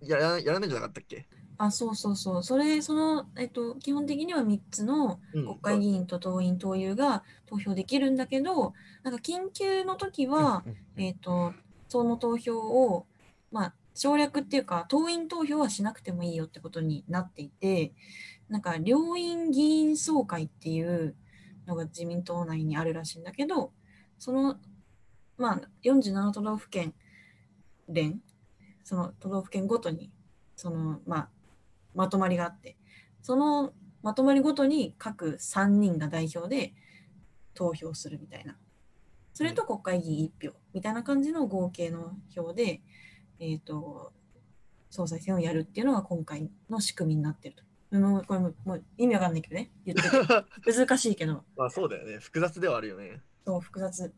D: やらやらないんじゃなかったっけ、
B: あそうそうそうそれその、えっと、基本的には3つの
D: うん
B: 国会議員と党員党友が投票できるんだけどなんか緊急の時は、えっとその投票を、まあ、省略っていうか党員投票はしなくてもいいよってことになっていてなんか両院議員総会っていうのが自民党内にあるらしいんだけどその、まあ、47都道府県連その都道府県ごとにその、まあ、まとまりがあってそのまとまりごとに各3人が代表で投票するみたいなそれと国会議員1票みたいな感じの合計の票で、えー、と総裁選をやるっていうのが今回の仕組みになってると。もうこれももう意味わかんないけどね言ってて 難しいけど
D: まあそうだよね。複雑ではあるよね。
B: そう複雑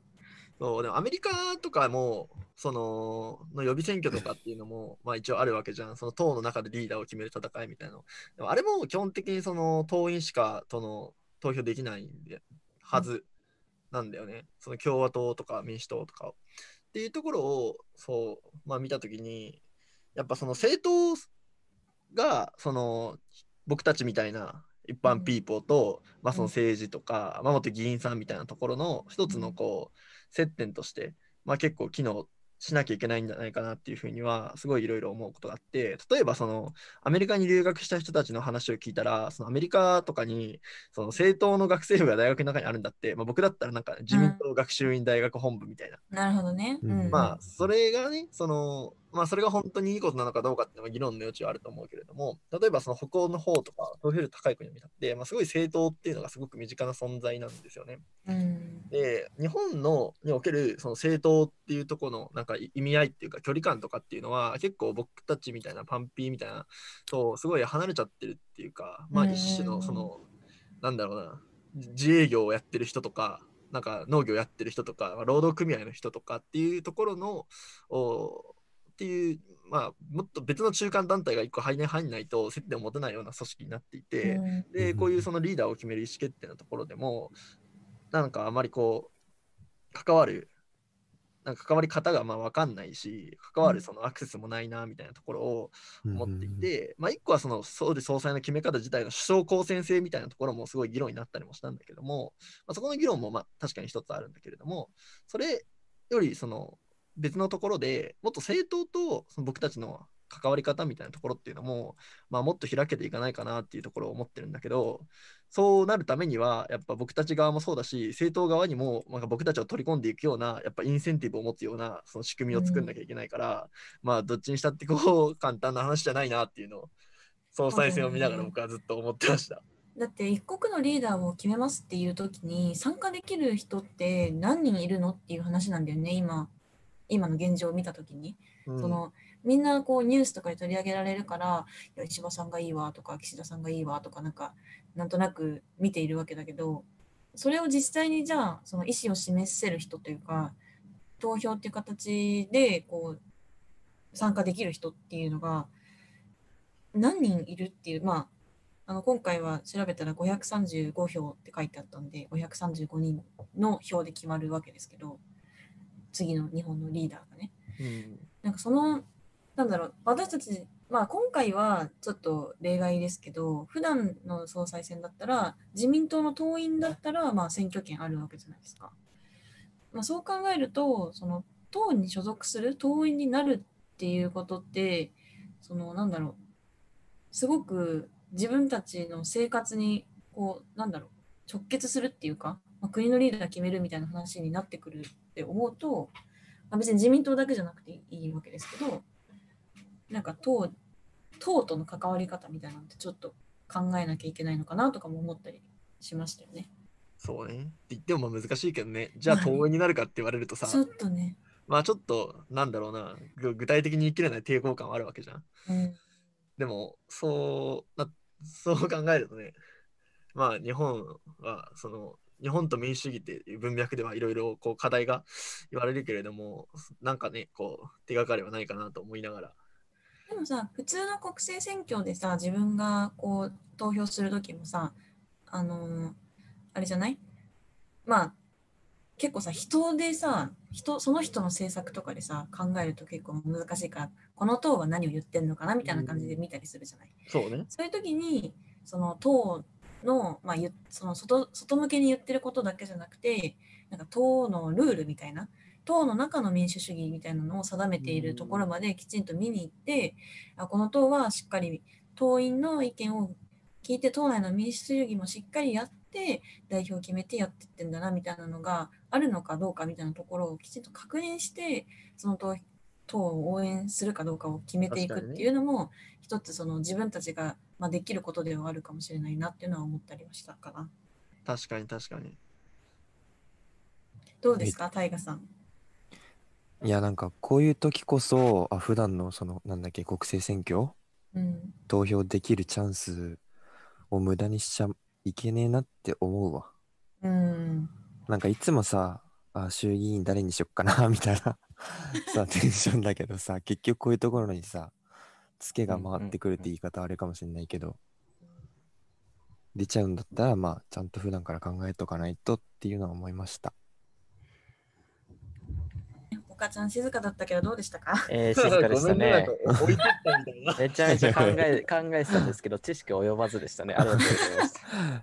D: そうでもアメリカとかもそのの予備選挙とかっていうのも まあ一応あるわけじゃん。その党の中でリーダーを決める戦いみたいなの。でもあれも基本的にその党員しかとの投票できないんではずなんだよね。その共和党とか民主党とかを。っていうところをそう、まあ、見たときにやっぱその政党がその僕たちみたいな一般ピーポーと、まあ、その政治とか、まあ、元議員さんみたいなところの一つのこう接点として、まあ、結構機能しなきゃいけないんじゃないかなっていうふうにはすごいいろいろ思うことがあって例えばそのアメリカに留学した人たちの話を聞いたらそのアメリカとかにその政党の学生部が大学の中にあるんだって、まあ、僕だったらなんか自民党学習院大学本部みたいな、
B: なるほどね、
C: うん
B: うん
D: まあそれがねそのまあそれが本当にいいことなのかどうかっていうのは議論の余地はあると思うけれども例えばその北欧の方とか投票率高い国を見たって、まあ、すごい政党っていうのがすごく身近な存在なんですよね。
B: うん
D: で日本のにおけるその政党っていうところのなんかい意味合いっていうか距離感とかっていうのは結構僕たちみたいなパンピーみたいなとすごい離れちゃってるっていうかまあ
B: うん
D: 一種のそのなんだろうなじ自営業をやってる人とかなんか農業やってる人とかまあ労働組合の人とかっていうところのおっていうまあもっと別の中間団体が一個入ら入んないと接点を持てないような組織になっていて。
B: うん
D: で
C: うん
D: こういうそのリーダーを決める意思決定のところでもなんかあまりこう関わるなんか関わり方がまあ分かんないし関わるそのアクセスもないなみたいなところを
C: うん
D: 持っていて、まあ一個はその総理総裁の決め方自体の首相公選制みたいなところもすごい議論になったりもしたんだけども、まあ、そこの議論もまあ確かに一つあるんだけれどもそれよりその別のところでもっと政党とその僕たちの関わり方みたいなところっていうのも、まあ、もっと開けていかないかなっていうところを思ってるんだけどそうなるためにはやっぱ僕たち側もそうだし政党側にもなんか僕たちを取り込んでいくようなやっぱインセンティブを持つようなその仕組みを作んなきゃいけないから、まあどっちにしたってこう簡単な話じゃないなっていうのを総裁選を見ながら僕はずっと思ってました。
B: だって一国のリーダーを決めますっていう時に参加できる人って何人いるのっていう話なんだよね今今の現状を見た時に、
D: うん
B: そのみんなこうニュースとかで取り上げられるからいや石破さんがいいわとか岸田さんがいいわとかなんかなんとなく見ているわけだけどそれを実際にじゃあその意思を示せる人というか投票っていう形でこう参加できる人っていうのが何人いるっていうまああの今回は調べたら535票って書いてあったんで535人の票で決まるわけですけど次の日本のリーダーがね
D: うん
B: なんかそのなんだろう私たち、まあ、今回はちょっと例外ですけど普段の総裁選だったら自民党の党員だったらまあ選挙権あるわけじゃないですか、まあ、そう考えるとその党に所属する党員になるっていうことってそのなんだろうすごく自分たちの生活にこうなんだろう直結するっていうか、まあ、国のリーダー決めるみたいな話になってくるって思うと、まあ、別に自民党だけじゃなくていいわけですけどなんか党党との関わり方みたいなのってちょっと考えなきゃいけないのかなとかも思ったりしましたよね。
D: そうねって言ってもまあ難しいけどねじゃあ党員になるかって言われるとさ
B: ちょっとね、
D: まあちょっとなんだろうなぐ具体的に言い切れない抵抗感はあるわけじゃん。
B: うん、
D: でもそうなそう考えるとねまあ日本はその日本と民主主義っていう文脈ではいろいろこう課題が言われるけれどもなんかねこう手がかりはないかなと思いながら
B: でもさ普通の国政選挙でさ自分がこう投票する時もさあのーあれじゃないまあ結構さ人でさ人その人の政策とかでさ考えると結構難しいからこの党は何を言ってんのかなみたいな感じで見たりするじゃない。
D: そうね
B: そういう時にその党の,、まあ、ゆその外外向けに言ってることだけじゃなくてなんか党のルールみたいな党の中の民主主義みたいなのを定めているところまできちんと見に行ってあこの党はしっかり党員の意見を聞いて党内の民主主義もしっかりやっって代表決めてやってってんだなみたいなのがあるのかどうかみたいなところをきちんと確認してその党党を応援するかどうかを決めていくっていうのも、一つその自分たちが、まあ、できることではあるかもしれないなっていうのは思ったりはしたかな。
D: 確かに確かに。
B: どうですか、大河さん。
C: いや、なんかこういう時こそ、あ、普段のその、なんだっけ、国政選挙
B: うん、
C: 投票できるチャンスを無駄にしちゃいけねえなって思うわ。
B: うん、
C: なんかいつもさ、あ、衆議院誰にしよっかな、みたいなさ、テンションだけどさ、結局こういうところにさ、ツケが回ってくるって言い方はあれかもしれないけど、出ちゃうんだったら、まあ、ちゃんと普段から考えとかないとっていうのは思いました。
B: お母ちゃん静かだったけどどうでしたか
A: えー、静かでした
D: ごめんなん
A: ね
D: か。置いてったみた いな。
A: めちゃめちゃ考え 考えてたんですけど、知識及ばずでしたね。ありがとうございました。あ
C: ま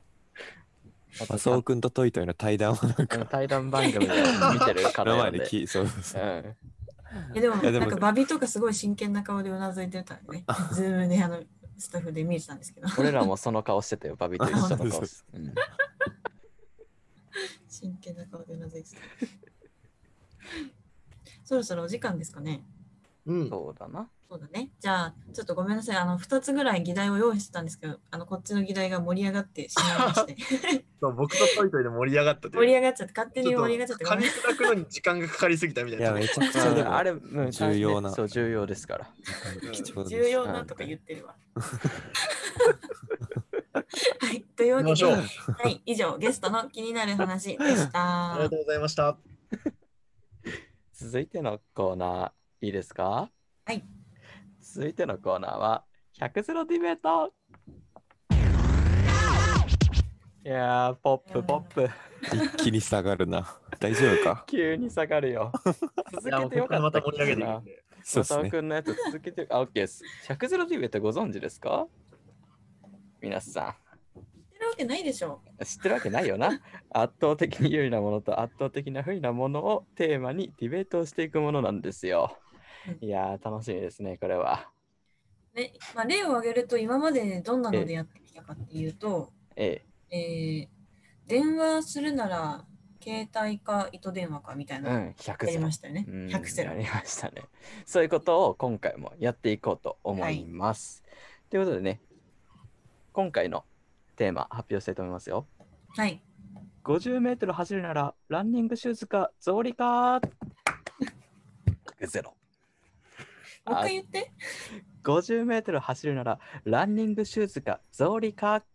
C: あ、
A: と
C: そうくんとトイトイの対談をなんか、
A: 対談番組を見てる
C: 目
A: 方
C: の
A: な
C: 前
A: んで。
C: で
A: う
C: 聞い、そうそうそう。
A: ん、
B: いやでも
C: いやでも
B: なんかバビとかすごい真剣な顔でうなずいてたんで ねズームであのスタッフで見えてたんですけど
A: 俺らもその顔してたよ、バビと一 緒の顔して。うん
B: 真剣な顔でうなずいてた そろそろお時間ですかね
D: うん。
A: そうだな。
B: そうだねじゃあちょっとごめんなさいあの2つぐらい議題を用意してたんですけどあのこっちの議題が盛り上がってしまいまして
D: そう僕とトイトイで盛り上がったという。
B: 盛り上がっちゃって勝手に
D: ちょっと
B: 盛り上がっちゃってご
D: 噛
B: め
D: み
B: ん
D: 砕くのに時間がかかりすぎたみたい
C: いや、
D: な。
C: めちゃくち
A: う
C: ゃ
A: ん
C: でも、
A: あれ、うん
C: 重要な
A: そう、重要ですから。
C: 貴重です。
B: 重要なとか言ってるわはいというわ
D: 行き
B: け
D: ましょう。
B: で
D: あ
B: はい、以上、ゲストの気になる話でし
D: りが
B: た
D: と。うございました。
A: 続いてのコーナー、いいですか
B: はい。
A: 続いてのコーナーは、100ゼロディベートいやー、ポップポップ。
C: 一気に下がるな。大丈夫 か
A: 急に下がる よ。続
D: いや、も
A: け
D: う
A: てよ
D: ここか
A: からっ
D: ま
A: た
D: た
A: っ
D: 盛り上げ
A: け
D: ていく
A: な。
D: んで。
C: そうで
A: マサ
C: す
A: オ
C: ね。
A: くんのやつ続けて、あ、OK です。100ゼロディベートご存知ですか皆さ
B: 知ってるわけないでしょ。
A: ん、知ってるわけないよ な。圧倒的に有利なものと圧倒的な不利なものをテーマにディベートをしていくものなんですよ。いやー、楽しみですね、これは。
B: ねまあ、例を挙げると、今までどんなのでやってきたかっていうと、
A: え
B: えー電話するなら携帯か糸電話かみたい
A: え、う
B: なのや
A: ん、100
B: り
A: ゼロ
B: ま。したよね。
A: うん
B: 100セ
A: や
B: ラ。
A: りましたね。 そういうことを今回もやっていこうと思います。ということでね、今回のテーマ発表したいと思いますよ。
B: はい。
A: 50メートル走るならランニングシューズか草履か100ゼロ
B: もう一回言って。
A: 50メートル走るならランニングシューズか草履か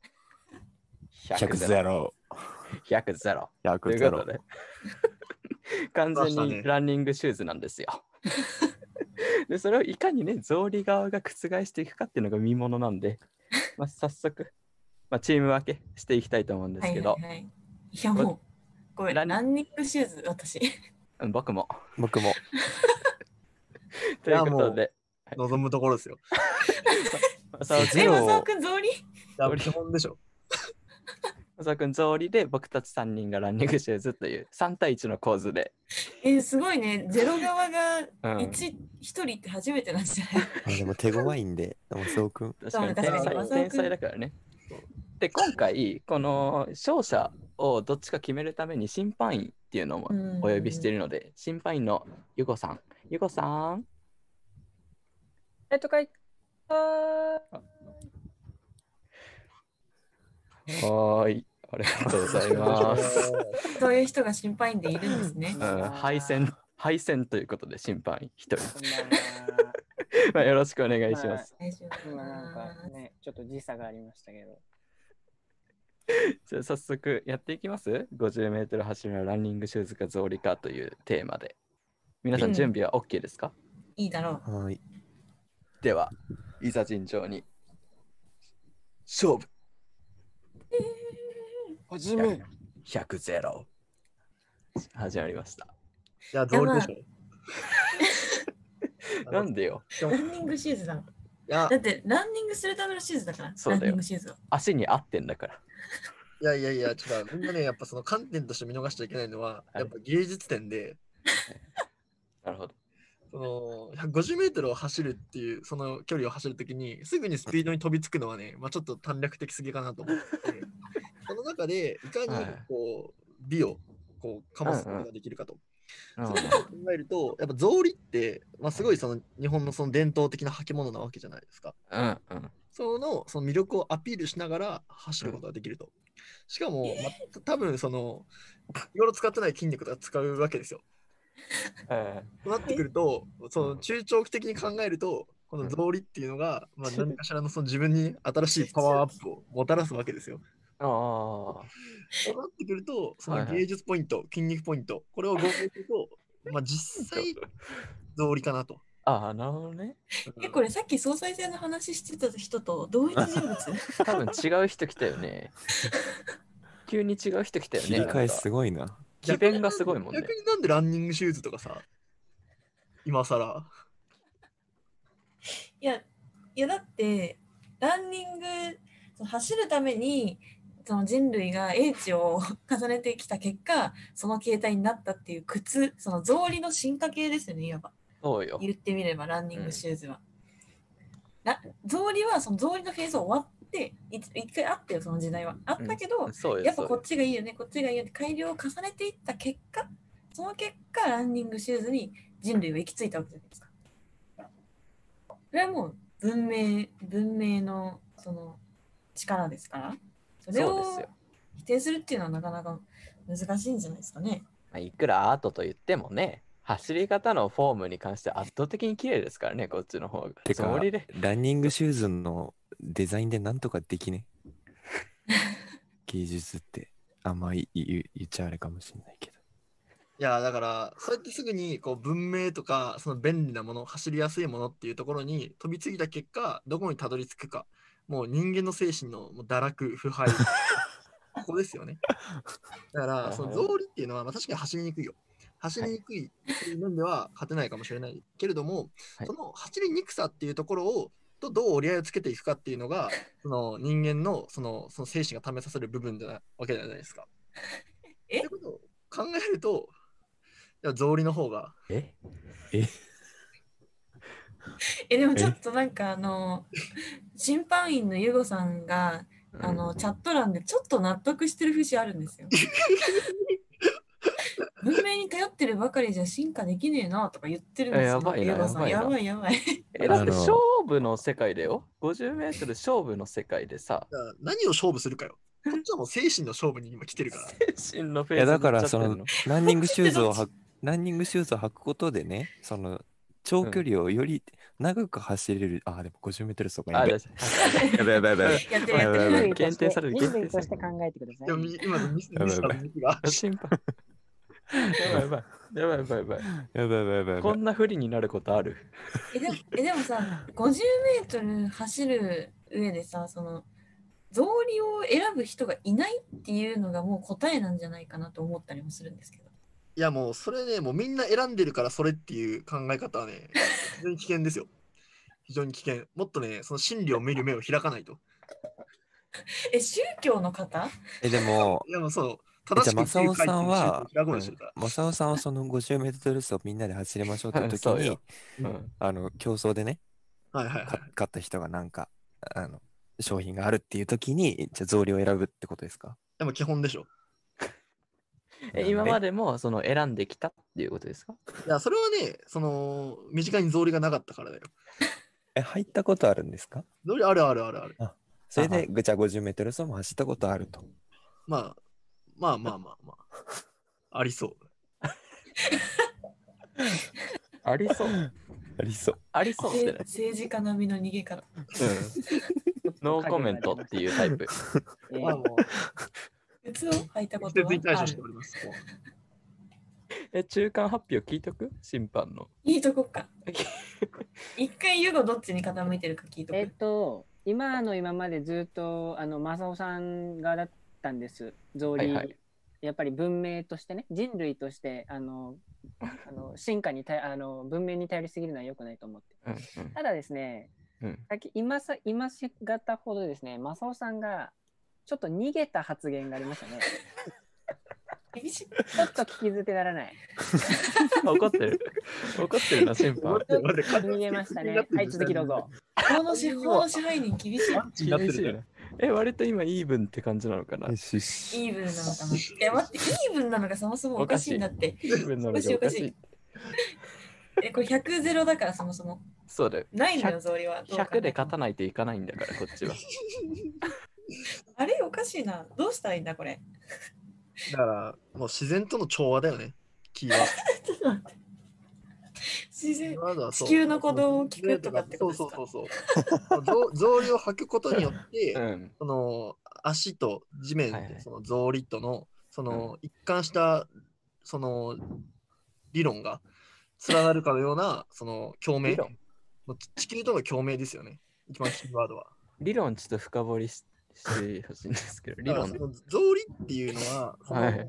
C: 100
A: 100ゼロ
C: ゼロ。
A: 100ゼロとい
C: 100
A: う
C: ゼ
A: こと
C: ロ。
A: で完全
D: 出ましたね
A: にランニングシューズなんですよ でそれをいかにね草履側が覆していくかっていうのが見ものなんで、まあ、早速、まあ、チーム分けしていきたいと思うんで
B: は
A: す
B: い
A: けど、
B: はいはい。いやもう、ごめん、
A: ラ
B: ラ
A: ン
B: ンニングシューズ、私。
A: うん僕も
C: 僕も。
A: ということで
D: 望むところですよ。い
A: マサオ
C: ゼ
B: え、
C: ロ
B: マサオくん、草履
D: や、基本でしょ。
A: 小沢君草履で僕たち3人がランニングシューズという3対1の構図で、
B: え、すごいね。ゼロ側が
A: うん
B: 1、一人って初めてなんじゃ ない
C: あでも手強いんで、でもそうくん。
A: 確かに天
D: そう確か
A: 才天
D: に
A: 才だからね。で今回この勝者をどっちか決めるために審判員っていうのもお呼びしているので、審判員のゆこさんゆこさん
E: えっとかいあ
A: はーいありがとうございます、
B: そういう人が心配員でいるんですね。
A: うん、敗戦敗戦ということで審判員一人、
E: ーこんばんは
A: まあ、よろしくお願いします、
B: 大丈夫
E: 今なんかね、ちょっと時差がありましたけど。
A: じゃあ早速やっていきます 50m 走るのランニングシューズか草履かというテーマで皆さ
B: うん
A: ん準備は OK ですか、
B: いいだろう。
C: はい。
A: ではいざ尋常に勝負
E: はじ
A: め100ゼロ始まりました
D: いや、道理でしょ。あ
A: な
D: の
A: んでよ
B: ランニングシューズだもん。
D: いや
B: だってランニングするためのシューズだから。
A: そうだよ
B: ランニングシューズは。
A: 足に合ってんだから
D: いやいやいや、ちょっとみんなね、やっぱその観点として見逃しちゃいけないのは、
A: い
D: やっぱ芸術点で、
A: なるほど
D: その50メートルを走るっていう、その距離を走るときに、すぐにスピードに飛びつくのはね、まあ、ちょっと短絡的すぎかなと思って、その中で、いかに
A: はい
D: こう美をこうかますことができるかと。
A: うん
D: そういうことを考えると、やっぱ草履って、まあ、すごいその日本のその伝統的な履物なわけじゃないですか。
A: うんうん
D: そのその魅力をアピールしながら走ることができると。しかも、まあ、多分その、いろいろ使ってない筋肉とか使うわけですよ。
A: え
D: となってくると、その中長期的に考えると、この草履っていうのが、 まあ、何かしらのその自分に新しいパワーアップをもたらすわ けですよ。
A: ーああ
D: そうなってくると、そ
A: はい
D: の
A: はい
D: 芸術ポイント、筋肉ポイント、これを合計する と、まあ実際、草履かなと。
A: ああなるほどね
B: え、これさっき総裁選の話してた人と同一人物
A: 多分違う人来たよね急に違う人来たよね
C: 切り替え
A: なん
C: す
A: か
C: ごいな。
A: 詭弁がすごいもんね
D: 逆になんでランニングシューズとかさ、今更
B: いや、いやだって、ランニング、その走るために、その人類が英知を重ねてきた結果、その形態になったっていう靴、その草履の進化系ですよね、いわば。
A: そうよ
B: 言ってみれば、ランニングシューズは。な草履は、その草履のフェーズは終わって、いつ一回あったよ、その時代は。あったけど、
A: そうよ
B: やっぱ
A: そう
B: こっ
A: よ
B: ちがいいよね、こっちがいいよね、改良を重ねていった結果、その結果、ランニングシューズに人類は行き着いたわけじゃないですか。それはもう文明、文明のその力ですから、それ
A: そう
B: を
A: ですよ、
B: 否定するっていうのはなかなか難しいんじゃないですかね。
A: まあ、いくらアートと言ってもね走り方のフォームに関して圧倒的に綺麗ですからねこっちの方が
C: てか
A: 草履で
C: ランニングシューズのデザインでなんとか できね。芸術って、あんまい言う言っちゃあれかもしれないけど。
D: いや、だから、そうやってすぐにこう文明とか、その便利なもの、走りやすいものっていうところに飛びついた結果、どこにたどり着くか、もう人間の精神のもう堕落、腐敗、ここですよね。 だから、その草履っていうのは、まあ、確かに走りにくいよ。走りにくいっていう面では勝てないかもしれないけれども、
A: はい
D: その走りにくさっていうところを、とどう折り合いをつけていくかっていうのが、その人間のそのその精神が試させる部分じゃなわけじゃないで すか。
B: え
D: ということを考えると、いや草履の方が、
A: え
B: え、でもちょっとなんか あの、審判員のユゴさんが、あの、チャット欄でちょっと納得してる節ある んですよ。文明に頼ってるばかりじゃ進化できねえなとか言ってるんです
A: え
B: よ。
A: やばいな
B: ユゴさん
A: や
B: や
A: ば
B: ばい やばい。
A: えだって
C: あの
A: 勝負の世界だよ 50m 勝負の世界でさ
D: だから何を勝負するかよ。こっちはもう精神の勝負に今来てる から。
A: 精神のフェ
C: い
A: ーズ
C: やだ
A: に
C: か
A: なっちゃ
C: ら
A: って
C: そ
A: ん
C: のランニングシューズを 履くランニングシューズを履くことでね、その長距離をより長く走れる、あ、でも50メートル走か
A: あ
C: や
A: だ
C: べやべやべ やべやべ
B: やってる
A: や
B: やっ
A: ば
B: て
A: いやばい
B: る。
E: 人類と
A: 限定される
E: して人類
A: 限定
E: とし
A: され
E: て
A: る
E: 考えてください
D: でも
E: ね。
D: 今のミ ス
C: やばい
D: ミス
C: や
D: の
C: ばい
D: ミス が。
A: 審判やばいやばいやばいやばいやばい
C: やべやべやべやべ
A: こんな不利になることある
B: えでもえでもさ、50メートル走る上でさ、その、草履を選ぶ人がいないっていうのがもう答えなんじゃないかなと思ったりもするんですけど。
D: いやもうそれね、もうみんな選んでるからそれっていう考え方はね、 非常に危険ですよ。非常に危険。もっとね、その真理を見る目を開かないと。
B: え、宗教の方
C: え、でも、
D: いやもうそう、
C: えじ
D: 正
C: ゃ
D: し
C: あ、
D: く
C: マサオさんは
D: 真理を開こうとしてるから。、
C: マサオさんはその50メートル走をみんなで走りましょうって
A: うん
C: 時
A: そう
C: に
A: よ、うん
C: あの、競争でね、
D: はいはいは
C: か
D: い。
C: 勝った人がなんか、あの、商品があるっていう時に、じゃあ、草履を選ぶってことですか
D: でも基本でしょ。
A: え今までもその選んできたっていうことですか
D: いや、それはね、その、身近に草履がなかったからだよ。
C: え、入ったことあるんですか
D: 草履あるあるあるある。
C: それ
A: あは
C: で、ぐちゃ50メートル走も走ったことあると。
D: まあ、まあまあまあまあ。ありそう。
A: ありそう
C: ありそう。
A: ありそうって
B: せ
A: ね
B: 政治家並みの逃げ方。
A: ノーコメントっていうタイプ
E: えー
D: まあも
B: 靴を履いた
D: う、
B: こ
D: 季
B: とは
D: 節に対
B: あ
D: 処
B: る
D: しております。もう
A: え中間発表聞いとく審判の
B: いいとこか。一回ユゴどっちに傾いてるか聞いと
E: えっ
B: く。
E: と、今の今までずっと、あの、正雄さんがだったんです。草履、
A: はいはい
E: やっぱり文明としてね、人類として、あの、あの進化にたあの、文明に頼りすぎるのは良くないと思って。
A: うん
E: ただですね、
A: うんうん
E: 先今さ、今しがたほどですね、正雄さんが、ちょっと逃げた発言がありまし たね。
B: 厳しい
E: ちょっと聞き捨てならない。
A: 怒ってる怒ってるな審判
D: 待って待って
E: 逃げましたね。はい、続きどうぞ。
B: 法の支法の支配人厳しい。
D: ワンチになってるね。
A: 厳しいなえ、割と今、イーブンって感じなのかな。イ
C: 出資
B: イーブンなのかな。え、待って、イーブンなのがそもそもおかしいんだって。
A: ーブンなのがおかしい。
B: え、これ100ゼロだからそもそも。
A: そうだよ。
B: ないのよ、草履は。どう考えても
A: 100で勝たないといかないんだから、こっちは。
B: あれおかしいな。どうしたらいいんだ、これ。
D: だから、もう自然との調和だよね。キーワー
B: ちょっと待って自然
D: ド。。まずはそう
B: 地球の鼓動を聞くとかってことですか
D: そうそうそうそう。草草履を履くことによって、
A: うん。
D: その足と地面、
A: はいはい
D: その草履とのその、一貫したその理論が連なるかのようなその共鳴
A: 理論
D: もう地球との共鳴ですよね。一番キーワードは。
A: 理論ちょっと深掘りししてほしいんですけど、理
D: だから
A: 論
D: そ。の草履っていうのは、その
A: はい
D: や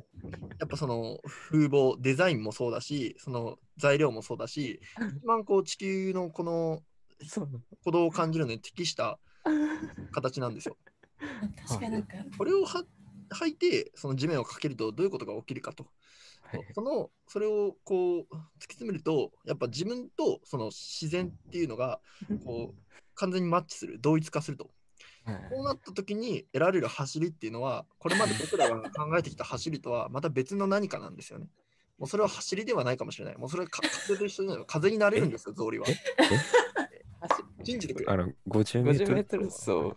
D: っぱその風貌デザインもそうだしその材料もそうだし一番こう地球のこの
A: そう。
D: 鼓動を感じるのに適した形なんですよ。
B: 確かになんか、
D: これをは履いてその地面をかけるとどういうことが起きるかと。
A: はい。
D: そのそれをこう突き詰めるとやっぱ自分とその自然っていうのがこう完全にマッチする同一化するとこうなった時に得られる走りっていうのはこれまで僕らが考えてきた走りとはまた別の何かなんですよねもうそれは走りではないかもしれないもうそれはか風と一緒に風になれるんですよ草履は信じてくれ
C: あの、50メート
A: 50
C: ル。
A: メートルそう。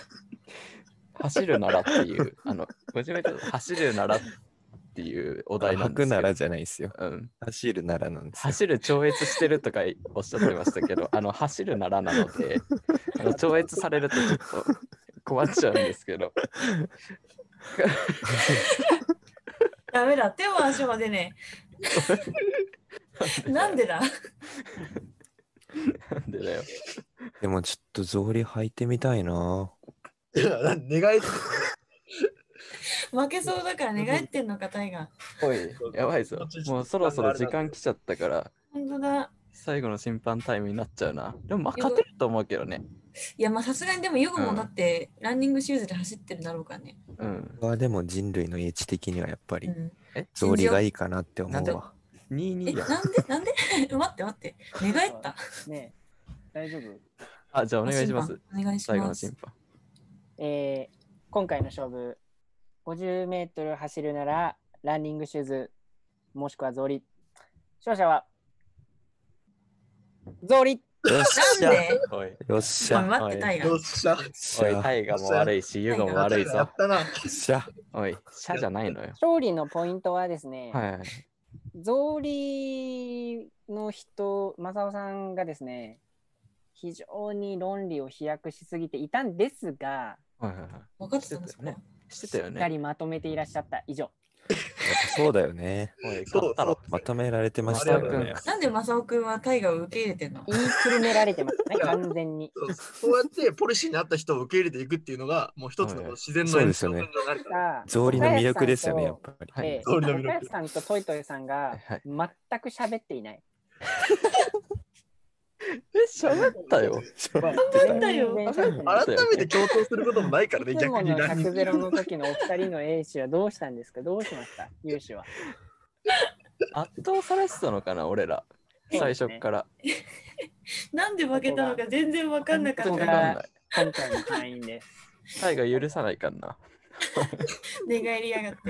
A: 走るならっていう、あの、50メートル走るならっていうお題なん
C: 履
A: です
C: く
A: けど
C: ならじゃないですよ。
A: うん、
C: 走るならなんですよ。
A: 走る超越してるとかおっしゃってましたけど、あの走るならなので、あの超越されるとちょっと困っちゃうんですけど、
B: ダメだ。手も足も出ね え。なんでだ
A: なんでだよ。
C: でもちょっと草履履いてみたいな。
D: いやなん願い
B: 負けそうだから寝返ってんのか、タイガー。
A: おい、やばいぞ。もうそろそろ時間来ちゃったから、
B: 本当だ。
A: 最後の審判タイムになっちゃうな。でもまあ勝てると思うけどね。
B: いや、まあさすがにでもヨグ
A: う
B: も
A: ん
B: だって、ランニングシューズで走ってるだろうからね。
A: うん。
C: まあでも人類の英知的にはやっぱ
B: う
C: り
B: ん、
C: 草履がいいかなって思
A: なんで
C: うわ。
B: え、
A: 22だ。
B: なんでなんで 待って待って。寝返った。
E: ねえ大丈夫
A: あ、 じゃあお願いします。
B: お願いし
A: 最後
B: ま
A: の
B: す
A: 審。判。
E: えー今回の勝負 50m 走るならランニングシューズもしくは草履勝者は草履
C: よっしゃ
B: なんで
A: おい、
C: よっし
B: お
C: ゃ
B: い
C: よ
B: 待って、タイガ
D: よっ
B: ー。
D: しゃ
C: っ
A: お
C: しゃ
A: い、
C: よ
A: タイガも悪いし、ユーゴも悪い
D: や
A: ぞ
D: っ。たな
C: っしゃ
A: おい、シャじゃないのよ。
E: 勝利のポイントはですね、
A: はいはい。
E: 草履の人正雄さんがですね非常に論理を飛躍しすぎていたんですが
A: はいはいは
B: 分かってたんですか、
A: ねい。してたよ
E: しっか
A: ね。
E: りまとめていらっしゃった以上
C: そうだよね。
A: おい、
D: そう
A: 勝ったろ。
C: まとめられてまし
A: 松
C: た
A: 田
C: よね
A: 君。
B: なんでマサオくんはタイガーを受け入れてんの
E: 言いくるめられ てますね完全に
D: そうそうやってポリシーになった人を受け入れていくっていうのがもう一つのこの自然の
C: はいそうですよね
D: 延長線上になるから
E: さあ
C: 草履の魅力ですよね、やっぱり。
A: はい
E: ええ
D: 草履の魅力
E: 高安さんとトイトイさんが
A: はい
E: 全く喋っていない。
A: え、喋ったよ。
D: ま
B: 喋ったよ
E: 全然喋ってない
D: あ改めて共闘することもないからね
E: いつ
D: 逆
E: も
D: に
E: の
D: ランニン
E: 100
D: グ
E: ゼロの時のお二人の英氏はどうしたんですかどうしました勇士は。
A: 圧倒されてたのかな、俺ら。最初っから。
B: なんで負けたのか全然分かんなか
E: そ
B: っ
E: こ
A: わ
E: が
A: か
B: た
A: ん
B: から
A: ない。
E: 今回の会員です。
A: タイガ許さないかんな。
B: 寝返りやがって。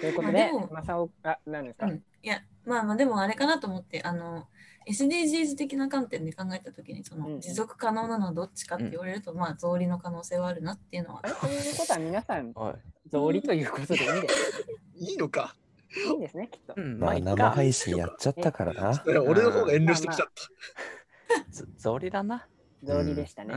E: ということ
B: まあ
E: で
B: でも、
E: マサオ、あ、何ですか、
B: うんいや、まあまあでもあれかなと思って、あの、SDGs 的な観点で考えたときに、そ
E: うんう
B: の
E: ん
B: 持続可能なのはどっちかって言われると、まあ草履の可能性はあるなっていうのは
E: あ。れということは皆さん、
A: おい。
E: 草履ということでいいです。
D: いいのか
E: いいんですね、きっと
A: う。ん、ま
C: ま
A: あ
C: あ
A: いっ
C: 生
A: か、
C: 配信やっちゃったからな。
D: いや俺の方が遠慮してきちゃった
A: ゾゾリだな。
E: 草履でした
A: う
E: ね。
A: ん。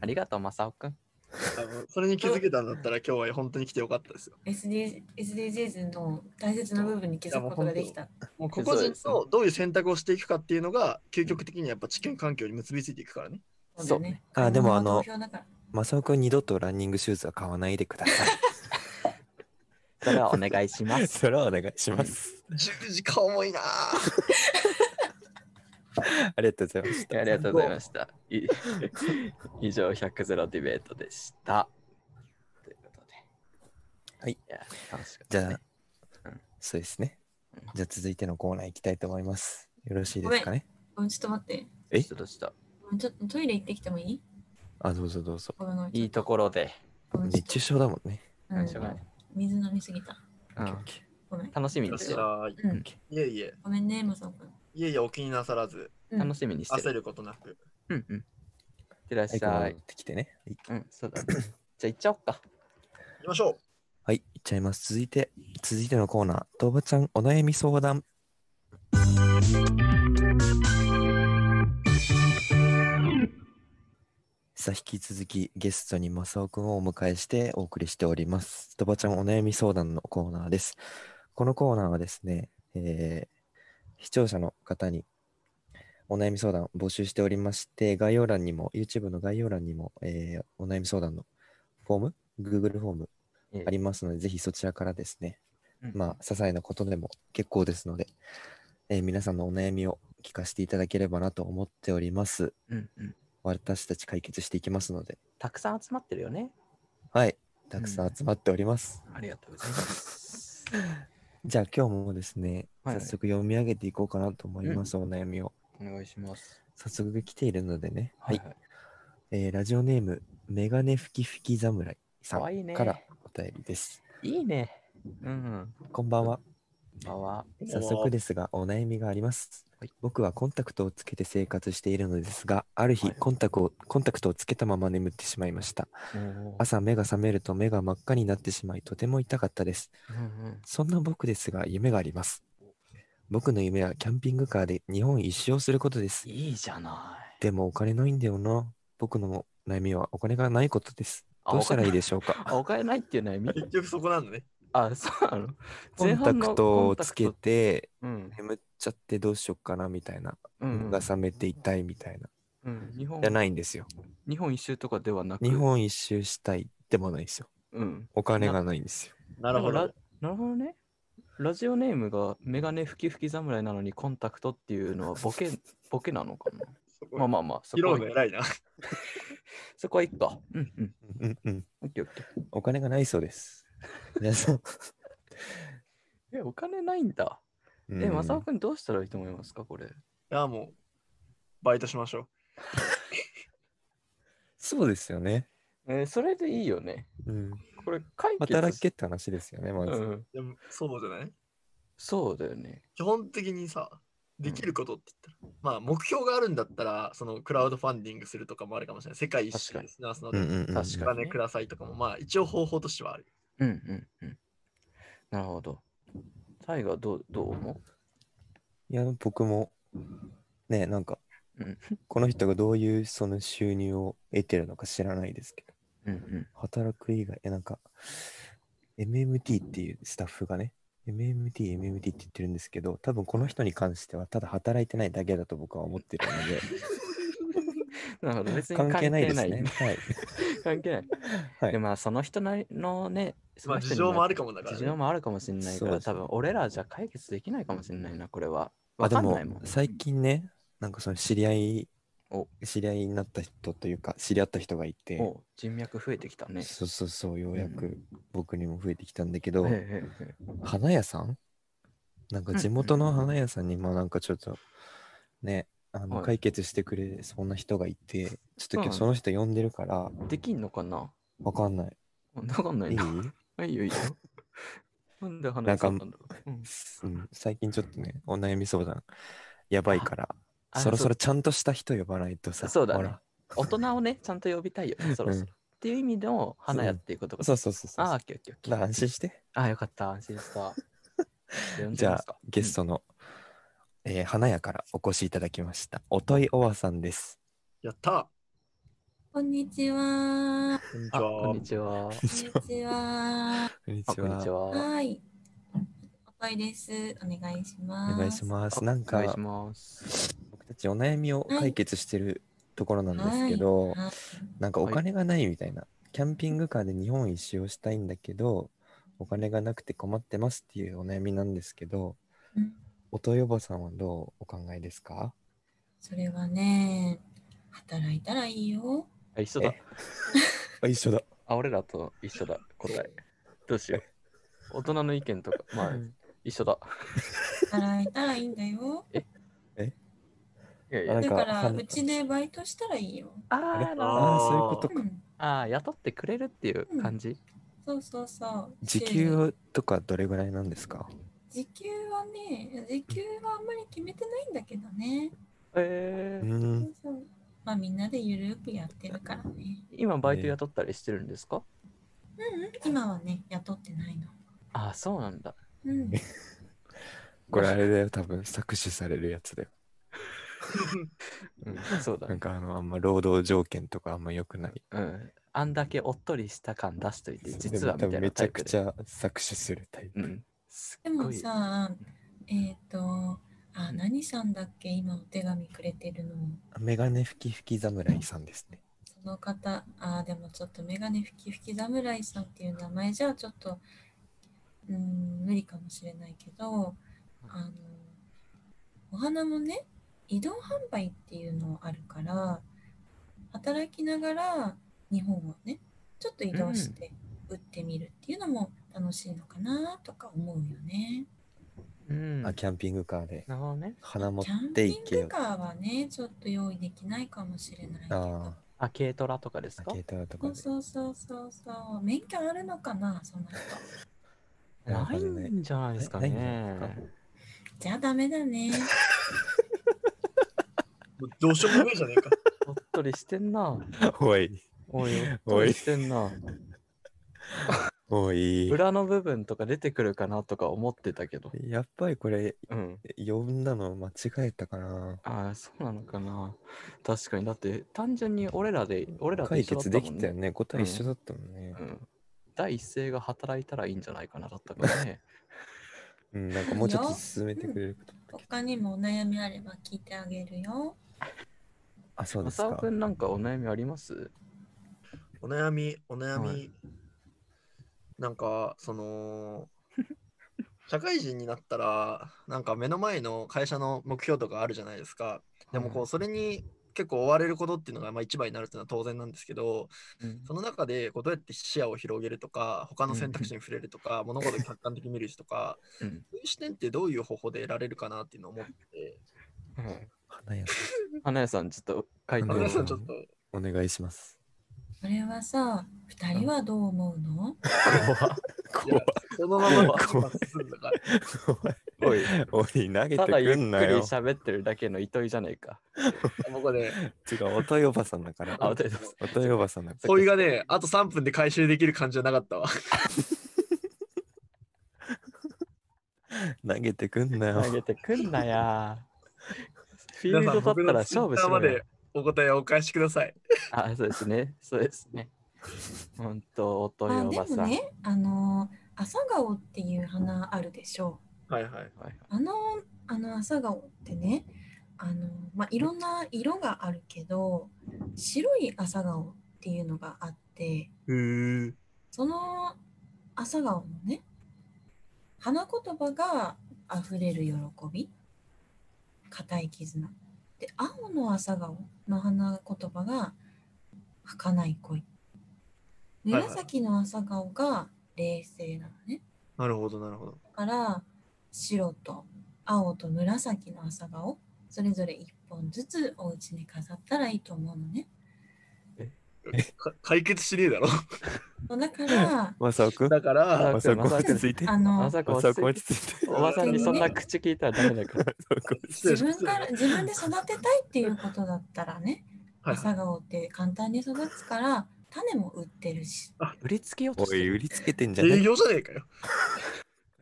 A: ありがとう、マサオくん。
D: あのそれに気づけたんだったら今日は本当に来てよかったですよ。
B: SD SDGs の大切な部分に気づくことができた。
D: もう個々人
A: そう
D: とどういう選択をしていくかっていうのが究極的にはやっぱ地球環境に結びついていくからね。
A: そう
B: そうだよね。
C: あでもあの
B: 投票だから
C: マサオ君二度とランニングシューズは買わないで くださ
A: それはお願いしま
C: い。
A: す。
C: それはお願いします。
D: 十字架重いなぁ。
C: ありがとうございまし
A: ありがとうございました。い 以上、100ゼロディベートでした。ということで。
C: はい
A: や。楽しかった
C: じ
A: ね、
C: ゃあ
A: うん、
C: そうですね。じゃあ続いてのコーナー行きたいと思います。よろしいですかね
B: ごめんちょっと待って。
A: えちょっとした。
B: ごめんちょっとトイレ行ってきてもいい
C: あ、どうぞどうぞ。
B: ごめんごめん
A: いいところで。
B: ごめんちょ
C: 熱
B: っと
C: 中症だもんね。
B: うん
A: しょうがない
B: 水飲みすぎた。
A: うん
B: ごめん。
A: 楽しみ
D: いら
A: に
D: っ
A: して
D: し
A: る。
D: ゃい。
B: うん、
D: いえいえ、
B: ごめんね、マサオくん。
D: いえいえ、お気になさらず、
B: うん
A: 楽しみにして
D: 焦
A: る。
D: ることなく。
A: うんうん。いってらっし
C: は
A: ゃ
C: い
A: い
C: 戻。ってきてね。はい
A: うん、そうだね。じゃあ行っちゃおっか。
D: 行きましょう。
C: はい、いっちゃいます。続いて、続いてのコーナー、とばちゃんお悩み相談。さあ、引き続きゲストに正雄くんをお迎えしてお送りしております。とばちゃんお悩み相談のコーナーです。このコーナーはですね、えー視聴者の方にお悩み相談を募集しておりまして、概要欄にも、YouTube の概要欄にも、えーお悩み相談のフォーム、Google フォーム
A: ええ
C: ありますので、ぜひそちらからですね、
A: うん
C: まあ、些細なことでも結構ですので、えー皆さんのお悩みを聞かせていただければなと思っております。
A: うんうん。
C: 私たち解決していきますので、
A: たくさん集まってるよね。
C: はい、たくさ
A: うん
C: ん集まっております。
A: ありがとうございます。
C: じゃあ今日もですね、
A: はいはい
C: 早速読み上げていこうかなと思います、お悩みを。
A: お願いします。
C: 早速来ているのでね、はい、
A: はい。
C: えーラジオネーム、メガネフキフキ侍さ
A: かわいい
C: ん
A: ね
C: からお便りです。
A: いいね。うん。
C: こんばんは。
A: あわ。
C: 早速ですが、お悩みがあります。僕はコンタクトをつけて生活しているのですが、ある日
A: はい
C: コンタクトを、コンタクトをつけたまま眠ってしまいました。
A: うん
C: 朝目が覚めると目が真っ赤になってしまい、とても痛かったです。
A: うん
C: そんな僕ですが、夢があります。僕の夢はキャンピングカーで日本一周をすることです。
A: いいじゃない。
C: でもお金ないんだよな。僕の悩みはお金がないことです。
A: あ
C: どうしたらいいで
A: し
C: しょうか
A: ょお金ないっていう悩み
D: 結局そこなんだね。
A: あ、そうなの
C: コンタクトをつけ。て
A: 前半のコンタク
C: 眠っちゃってどうしようかなみたいな。
A: トうん。う
C: 目
A: ん
C: が覚めて痛いみたいな。
A: うん日本
C: じゃないんですよ。
A: 日本一周とかではなく。
C: 日。本一周したいでもないんですよ。
A: うん。
C: お金がないんですよ。
D: なる
A: で
D: ほ
A: も
D: ど
A: ラ。なるほどね。ラジオネームがメガネふきふき侍なのにコンタクトっていうのはボ ケ、ボケなのかな
D: そこ
A: まあまあまあ、そ
D: 拾
A: こ
D: う
A: は
D: の偉いな。
A: そこはいっか。うんうん。
C: うんうん、
A: オッケーオッケー。
C: お金がないそう です。皆さん。
A: え、お金ないんだ。え、
C: うん
A: まさおくんどうしたらいいと思いますかこれ。
D: いや、もう、バイトしましょう。
C: そうですよね。
A: えーそれでいいよね。
C: うん、
A: これ、解決
C: 働けって話ですよね、まず。
A: うん。
D: でも、そうじゃない
A: そうだよね。
D: 基本的にさ、できることって言ったら、まあ、目標があるんだったら、そのクラウドファンディングするとかもあるかもしれない。世界一
A: 確
D: 周
A: かに
D: ですなすの
C: うん
D: で、
C: うんう
A: 確
C: ん、
D: お
A: かに
D: 金くださいとかも、まあ、一応方法としてはある。
A: うんうんうん。なるほど。タイガーどうどう思
C: いや、僕も、ね、なんか
A: うん、
C: この人がどういうその収入を得てるのか知らないですけ
A: う
C: ど、
A: うんうん。
C: 働く以外、えなんか、MMT っていうスタッフがね、MMT、MMT って言ってるんですけど、多分この人に関しては、ただ働いてないだけだと僕は思ってるので、
A: なるほど。別に
C: 関
A: 関
C: 係
A: 係
C: な
A: ないい。
C: ですね。はい。
A: 関係ない。
C: はい
A: でまあ、その人なりのね、そ
D: ま
A: の
D: あ、
A: 人
D: 事
A: に
D: 情もあるかもだから、
A: 事
D: ね。
A: 情もあるかもしれないか
C: そ
A: ら、
C: うです
A: 多
C: ね
A: 分俺らじゃ解決できないかもしれないな、これは。
C: あ
A: わ
C: で
A: かん
C: も
A: ないもん。
C: 最近ね、なんかその知り合い
A: お、
C: 知り合いになった人というか、知り合った人がいて、
A: お人脈増えてきたね。
C: そうそうそう、ようや
A: う
C: く僕にも増えてきたんだけど、
A: へえへえへえ
C: 花屋さんなんか
A: うん
C: 地元の花屋さんに、まあなんかちょっと、ね、あの
A: はい
C: 解決してくれそうな人がいて、ちょっと今
A: うん
C: 日その人呼んでるから、
A: できんのかな
C: わかんない。
A: わかんない
C: いい
A: な。いい よいいよ。なんで話しったんだろう。うん
C: うん、最近ちょっとね、お悩み相談、やばいから、
A: あ
C: そろそろちゃんとした人呼ばないとさ、
A: そうだね
C: ほら
A: 大人をね、ちゃんと呼びたいよね、そろそろ。
C: うん
A: っていう意味でも、花屋っていうことが。
C: そうそうそうそう。
A: ああ、オ
C: だ
A: ッケーオッケーオッケ
C: から
A: ー。
C: 安心して。
A: ああ、よかった、安心 した。呼ん
C: じ
A: で
C: ゃ
A: ます
C: あ
A: か
C: ゲストの、えー花屋からお越しいただきましたおといおわさんです。
D: やったー
B: こんにちは。
D: こんにち
A: あ、こ
D: は
A: んにちは。
B: こんにちは。
C: こんに
A: あこんにちは。
B: はい。おぱいです。お願いします。
C: お願いします。なん
A: お願い
C: か
A: します。
C: 僕たちお悩みを
B: はい
C: 解決してるところなんですけど、
B: はい
C: なんかお金がないみたいな、キャンピングカーで日本一周をしたいんだけどお金がなくて困ってますっていうお悩みなんですけど
B: うん
C: おといおばさんはどうお考えですか
B: それはね、働いたらいいよ。
A: あ、一緒だ
C: え。あ一緒だ。
A: あ、俺らと一緒だ、答え。どうしよう。大人の意見とか、まあ、一緒だ。
B: 働いたらいいんだよ。
A: え
C: え
F: いやい
C: あ
F: や
C: なん
B: だ
C: か
B: から、
C: はん
B: うちでバイトしたらいいよ。
A: あーなるほど
D: あー
C: ああ、そういうこと
B: う
C: か。
B: ん、
A: あー雇ってくれるっていう感じ、
B: そうそうそう。
C: 時
B: 週に
C: 給とかどれぐらいなんですか
B: 時給はね、時給はあんまり決めてないんだけどね。
A: え
C: う
A: ー
B: そ
C: ん。
B: うそうまあみんなでゆるくやってるからね。
A: 今バイト雇ったりしてるんですか、
B: うんうん、今はね、雇ってないの。
A: ああそうなんだ
B: うん。
C: これあれだよ、多分搾取されるやつだよ。
A: うんそうだ
C: なんかあの、あんま労働条件とかあんま良くない。
A: うんあんだけおっとりした感出しといて実はみた
C: でも多
A: い
C: 分
A: な
C: めち
A: タ
C: ゃ
A: イプ
C: く
A: で
C: ちゃ搾取するタイプ。
A: うんす
B: で
A: っご
B: も
A: い
B: さ、えっ、と、あ、何さんだっけ今お手紙くれてるの。
C: メガネ吹き吹き侍さんですね。
B: その方、あー、でもちょっとメガネふきふき侍さんっていう名前じゃちょっと、うん、無理かもしれないけど、あの、お花もね、移動販売っていうのあるから、働きながら日本をね、ちょっと移動して売ってみるっていうのも楽しいのかなとか思うよね。
A: うんな
C: あ、
A: る
C: キャンピングカーで。
A: ほどね
C: 花持っ
B: キャン
C: て
B: ピ
C: い
B: ン
C: け
B: グ
C: よ。
B: カーはね、ちょっと用意できないかもしれないけど
C: あ。
A: あ軽トラとかです
C: あ、
A: か
C: 携帯と
B: そ
C: か
B: う
C: で。
B: そうそうそうそう。免許あるのかな、その人。
C: な
A: ない
C: んかね
A: んじゃないですか
C: ないんじゃ
A: ね
C: ないです
B: じゃあダメ だね。
D: もうどうしようもねえじゃねえか。
A: おっとりしてんな
C: おい、
A: おいおっとりしてんな
C: おい。
A: 裏の部分とか出てくるかなとか思ってたけど
C: やっぱりこれ、
A: うん
C: 呼んだの間違えたかな。
A: ああそうなのかな確かにだって単純に俺らで俺らと
C: 解
A: 一緒だ
C: 決
A: った
C: で
A: も
C: き
A: ん
C: たよ
A: ね
C: ね。答え一緒だったもんね
A: う。ん第一声が働いたらいいんじゃないかなだったからね
C: うん、なんかもうちょっと進めてくれること。
B: 他にもお悩みあれば聞いてあげるよ。
C: あ、 そうです
A: 浅尾
C: か
A: く。んなんかお悩みあります
D: お悩み、お悩み。
A: はい
D: なんか、その、社会人になったら、なんか目の前の会社の目標とかあるじゃないですか。でもこう、それに結構追われることっていうのがまあ一番になるっていうのは当然なんですけど、
A: うん
D: その中でこうどうやって視野を広げるとか、他の選択肢に触れるとか、物事を客観的に見るとか、
A: うん
D: そういう視点ってどういう方法で得られるかなっていうのを思 って、
A: うん
C: 花屋
A: 花屋さんちょっと書いて
D: あ
C: うん
D: 皆
A: る
D: さんちょっと、
C: お願いします。
B: これはさ、二人はどう思うの
D: いやそのまま 進んだから。
C: お い、おい、投げて
A: ただゆっ
C: く
A: くり
C: んなよ。
A: 喋ってるだけの糸井じゃねえか
D: もうこ れ、
C: 違う、おといおばさんだから。
A: あおといおばさ
C: おといおばさんだから。
D: 問いがね、あと3分で回収できる感じじゃなかったわ。
C: 投げてくんなよ
A: 投。げてくんなやフィー
D: 皆
A: ル
D: さん、
A: ドだった
D: 僕の
A: ら勝負し
D: Twitter ま
A: ろよ
D: でお答えをお返しください。
A: あ、そうですね。そうですね。ほんと、おと
B: あ
A: よお
B: で
A: ばさ
B: も
A: ん。
B: ね、あの、朝顔っていう花あるでしょ。
D: はいはい。
A: はいはいう
B: あの、あの朝顔ってね、あの、まあ、いろんな色があるけど、白い朝顔っていうのがあって、
D: うー
B: その朝顔のね、花言葉が溢れる喜び、固い絆。で、青の朝顔の花言葉が儚い恋。
D: いはい
B: 紫の朝顔が冷静なのね。
D: なるほど、なるほど。
B: だから、白と青と紫の朝顔、それぞれ1本ずつお家に飾ったらいいと思うのね。
D: か解決しねえ だろ。
B: だから、
C: まさおくん
D: だから、
C: まさおくん
A: まさおくん
C: 落ち着いて。
B: あ
C: ま
B: の
A: ま、さか
C: さお
A: 落
C: くん
A: ち着い
C: 落ち着いて。
A: ておばさんにそんな口聞いたらダメだから。
D: 失礼
B: 自
D: しま
B: 分
D: す
B: から自分で育てたいっていうことだったらね、
D: はいはい
B: 朝顔って簡単に育つから種も売ってるし
A: 売りつけようとし
C: おい、
A: て
C: 売
A: る。
C: りつけてんじゃね
D: 営
C: え。
D: 業じゃねえかよ。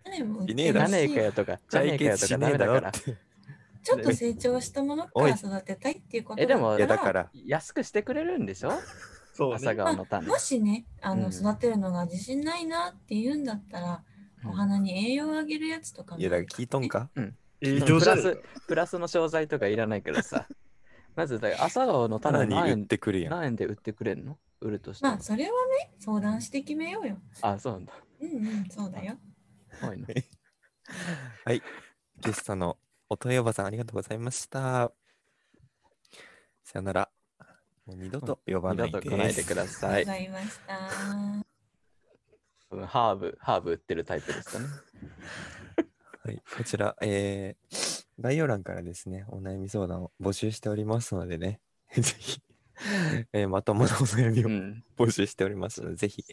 B: 種も売っ
C: いねえ
B: て
C: だ
A: じゃねえ
B: る
A: か
B: し
A: よとか、じゃね
C: 解
A: えかよ
C: 決
A: と
C: し
A: か
C: ね
A: ダ
C: え
A: メ
C: だ
A: だ
C: ろ
A: か
C: っ
A: ら。
C: て。
B: ちょっと成長したものから育てたいっていうこと
A: えでも
B: だ
C: いや、
B: った
C: だ
B: ら
C: から。
A: 安くしてくれるんでしょ
D: そう
A: 朝
D: ね。
A: 顔の種。
B: もしねあの、
A: うん
B: 育てるのが自信ないなっていうんだったら、
A: うん
B: お花に栄養をあげるやつとかも
C: いや、だから聞いとんか
D: 営業じゃね えかよ。
A: プラスの商材とかいらないからさ。まず、だから朝顔の
C: 花
A: 種
C: に
A: 何
C: 売っ
A: 円
C: てくるやん。
A: 何円で売ってくれんの売るとした
B: ま
A: ら
B: あ。それはね相談して決めようよ
A: あ、そうなんだ。
B: うんうんそうだよ
A: 多いな。
C: はい。ゲストのおといおばさん、ありがとうございました。さよなら。もう二度と呼ば
A: 二
C: な
A: 度
C: い
A: と来ないでくださ
B: ご
A: い。
B: ざいました、
A: うん ハーブ、ハーブ売ってるタイプですかね。
C: はい、こちら、えー概要欄からですね、お悩み相談を募集しておりますのでね、 ぜひ、えーまともなお悩みを
A: うん。
C: 募集しておりますので、ぜひ、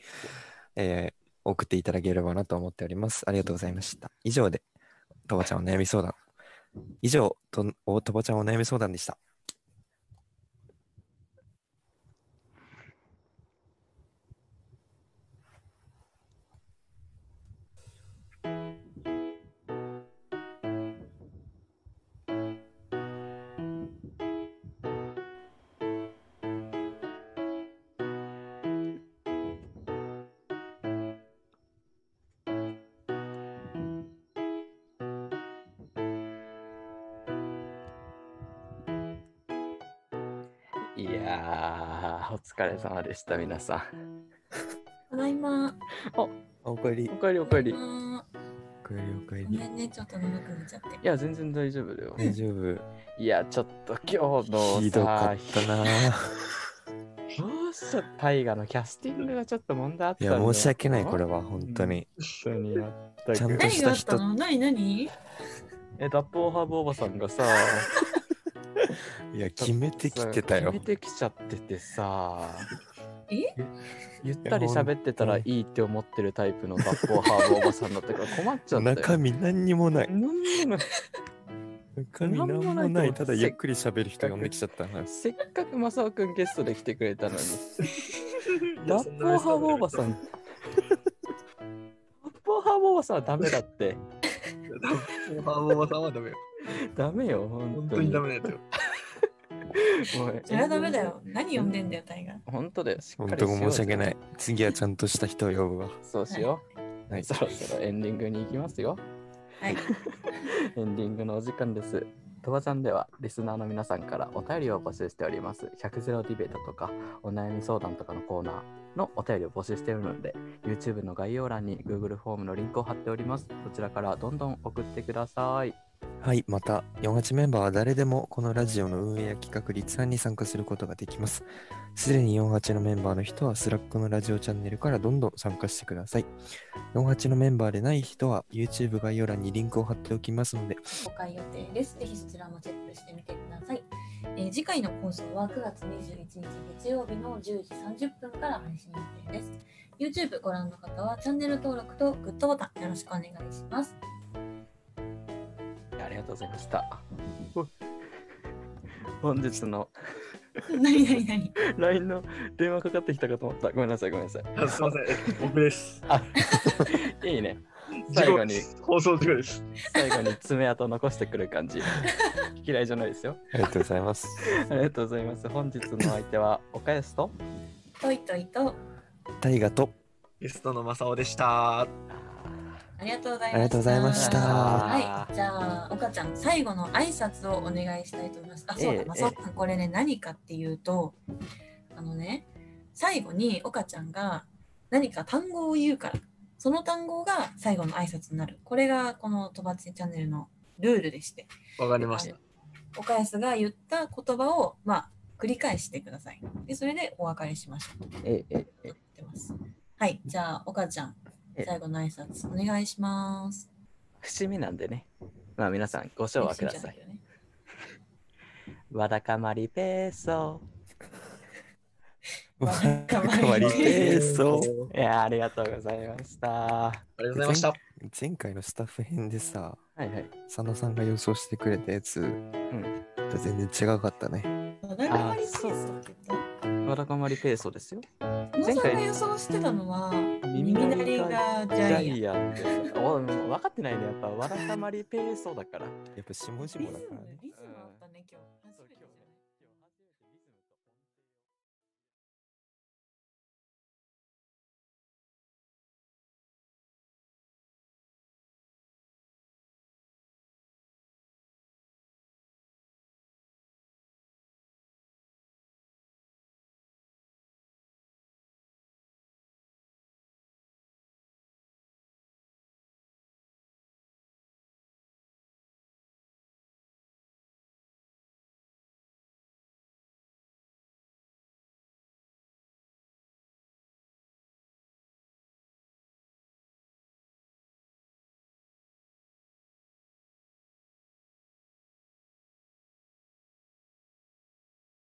C: えー送っていただければなと思っております。ありがとうございました。以上で、とばちゃんお悩み相談。以上、とおとばちゃんお悩み相談でした。
A: いやー、お疲れ様でした、皆さん。
B: ただいま。
C: おかえり
A: お。かえりおかえり。い
B: あ
C: おかえり、おかえ
B: ーご
C: り
B: め。んね、ちょっと長くなっちゃって。
A: や、全然大丈夫だよ。
C: 大丈夫。
A: いや、ちょっと今日のさ
C: ひどかったな。
A: どうしちゃった大河のキャスティングがちょっと問題あった
C: い
A: んだ
C: や、
A: よ
C: 申し訳ない、これは、本当に。
A: 本当にやったけど
C: ちゃんと
B: 何があったの何何
A: え、脱法ハーブおばさんがさ、
C: いや、決めてきてたよ。
A: 決めてきちゃっててさ、
B: え
A: ゆったり喋ってたらいいって思ってるタイプの脱法ハーブおばさんだったから困っちゃったよ。
C: 中身何にもない。
A: なんにもない
C: 中身何
A: なん
C: も
A: も
C: な
A: ない
C: い。
A: け
C: た
A: ど
C: だゆっくり喋る人呼んできちゃったな。
A: せっかくマサオくんゲストで来てくれたのに。
D: い
A: ラ
D: やそ
A: ッ
D: ん
A: ポー
D: な別
A: ハー
D: の
A: ブおばさん。ラッポーハーブおばさんはダメだって。
D: ラッポーハーブおばさんはダメよ。
A: ダメよ、
D: 本
A: 本当
D: 当に
A: に。
D: ダメなやつよ。
A: もう
B: それはダメだ。よ。何呼んでんだよ、タイガ。
A: 本当だよ。しっ
C: 本
A: かり。
C: 当申し訳ないい。次はちゃんとした人を呼ぶわ。
A: そうしよう。
C: はい
A: そろそろエンディングに行きますよ。
B: はい。
A: エンディングのお時間です。とばちゃんではリスナーの皆さんからお便りを募集しております。100ゼロディベートとかお悩み相談とかのコーナーのお便りを募集しているので YouTube の概要欄に Google フォームのリンクを貼っております。そちらからどんどん送ってください。
C: はい、また、48メンバーは誰でもこのラジオの運営や企画、立案に参加することができます。すでに48のメンバーの人は、スラックのラジオチャンネルからどんどん参加してください。48のメンバーでない人は、YouTube 概要欄にリンクを貼っておきますので、
G: 公開予定です。ぜひそちらもチェックしてみてください。えー次回の放送は9月21日月曜日の10時30分から配信予定です。YouTube ご覧の方はチャンネル登録とグッドボタンよろしくお願いします。
A: ありがとうございました。 本日の
B: 何何何
A: LINE の電話かかってきたかと思った。ごめんなさい、ごめんなさい。
D: あすみま せん、僕です。
A: いいね。最後に
D: 事故放送事故です。
A: 最後に爪痕残してくる感じ。嫌いじゃないですよ。
C: ありがとうございます。
A: ありがとうございます。本日のお相手は岡安と。
B: といといと。
C: 大河と、
D: ゲストの正雄でした。
B: ありがとうございました。
C: ありがとうございました
B: はい。じゃあ、岡ちゃん、最後の挨拶をお願いしたいと思います。あ、そう
A: え
B: だ、
A: え
B: まさかこれね、何かっていうと、あのね、最後に岡ちゃんが何か単語を言うから、その単語が最後の挨拶になる。これがこのとばっちチャンネルのルールでして、
D: わかりました。
B: 岡安が言った言葉を、まあ、繰り返してください。で、それでお別れしましょう。
A: ええ
B: となってます。はい、じゃあ、岡ちゃん、
A: え
B: 最後の挨拶お願いします。
A: 節目なんでね。まあ皆さんご唱和ください。
B: よね。
A: わだかまりペーソ
C: わ
B: わ
C: か
B: か
C: ま
B: ま
C: り
B: り
C: ペ
B: ペ
C: ーソ。
A: ー。いやあありがとうございました。は
D: ありがとうございました。
C: 前回のスタッフ編でさ、
A: いはい。
C: 佐野さんが予想してくれたやつ、と全然違かったね。
B: わだかまりペースだけど、
A: わだかまりペーソですよ。
B: 野
A: 前
B: さん
A: 回
B: が予想してたのは、
A: 耳
B: 耳鳴りがジ
A: ジ
B: ャ
A: ャ
B: イアン。
A: イアンで。お分かってないね。やっぱわだかまりペーソだから。
C: やっぱ下
B: リズ
C: 々だからね
B: ム、。リズムあったね、今日。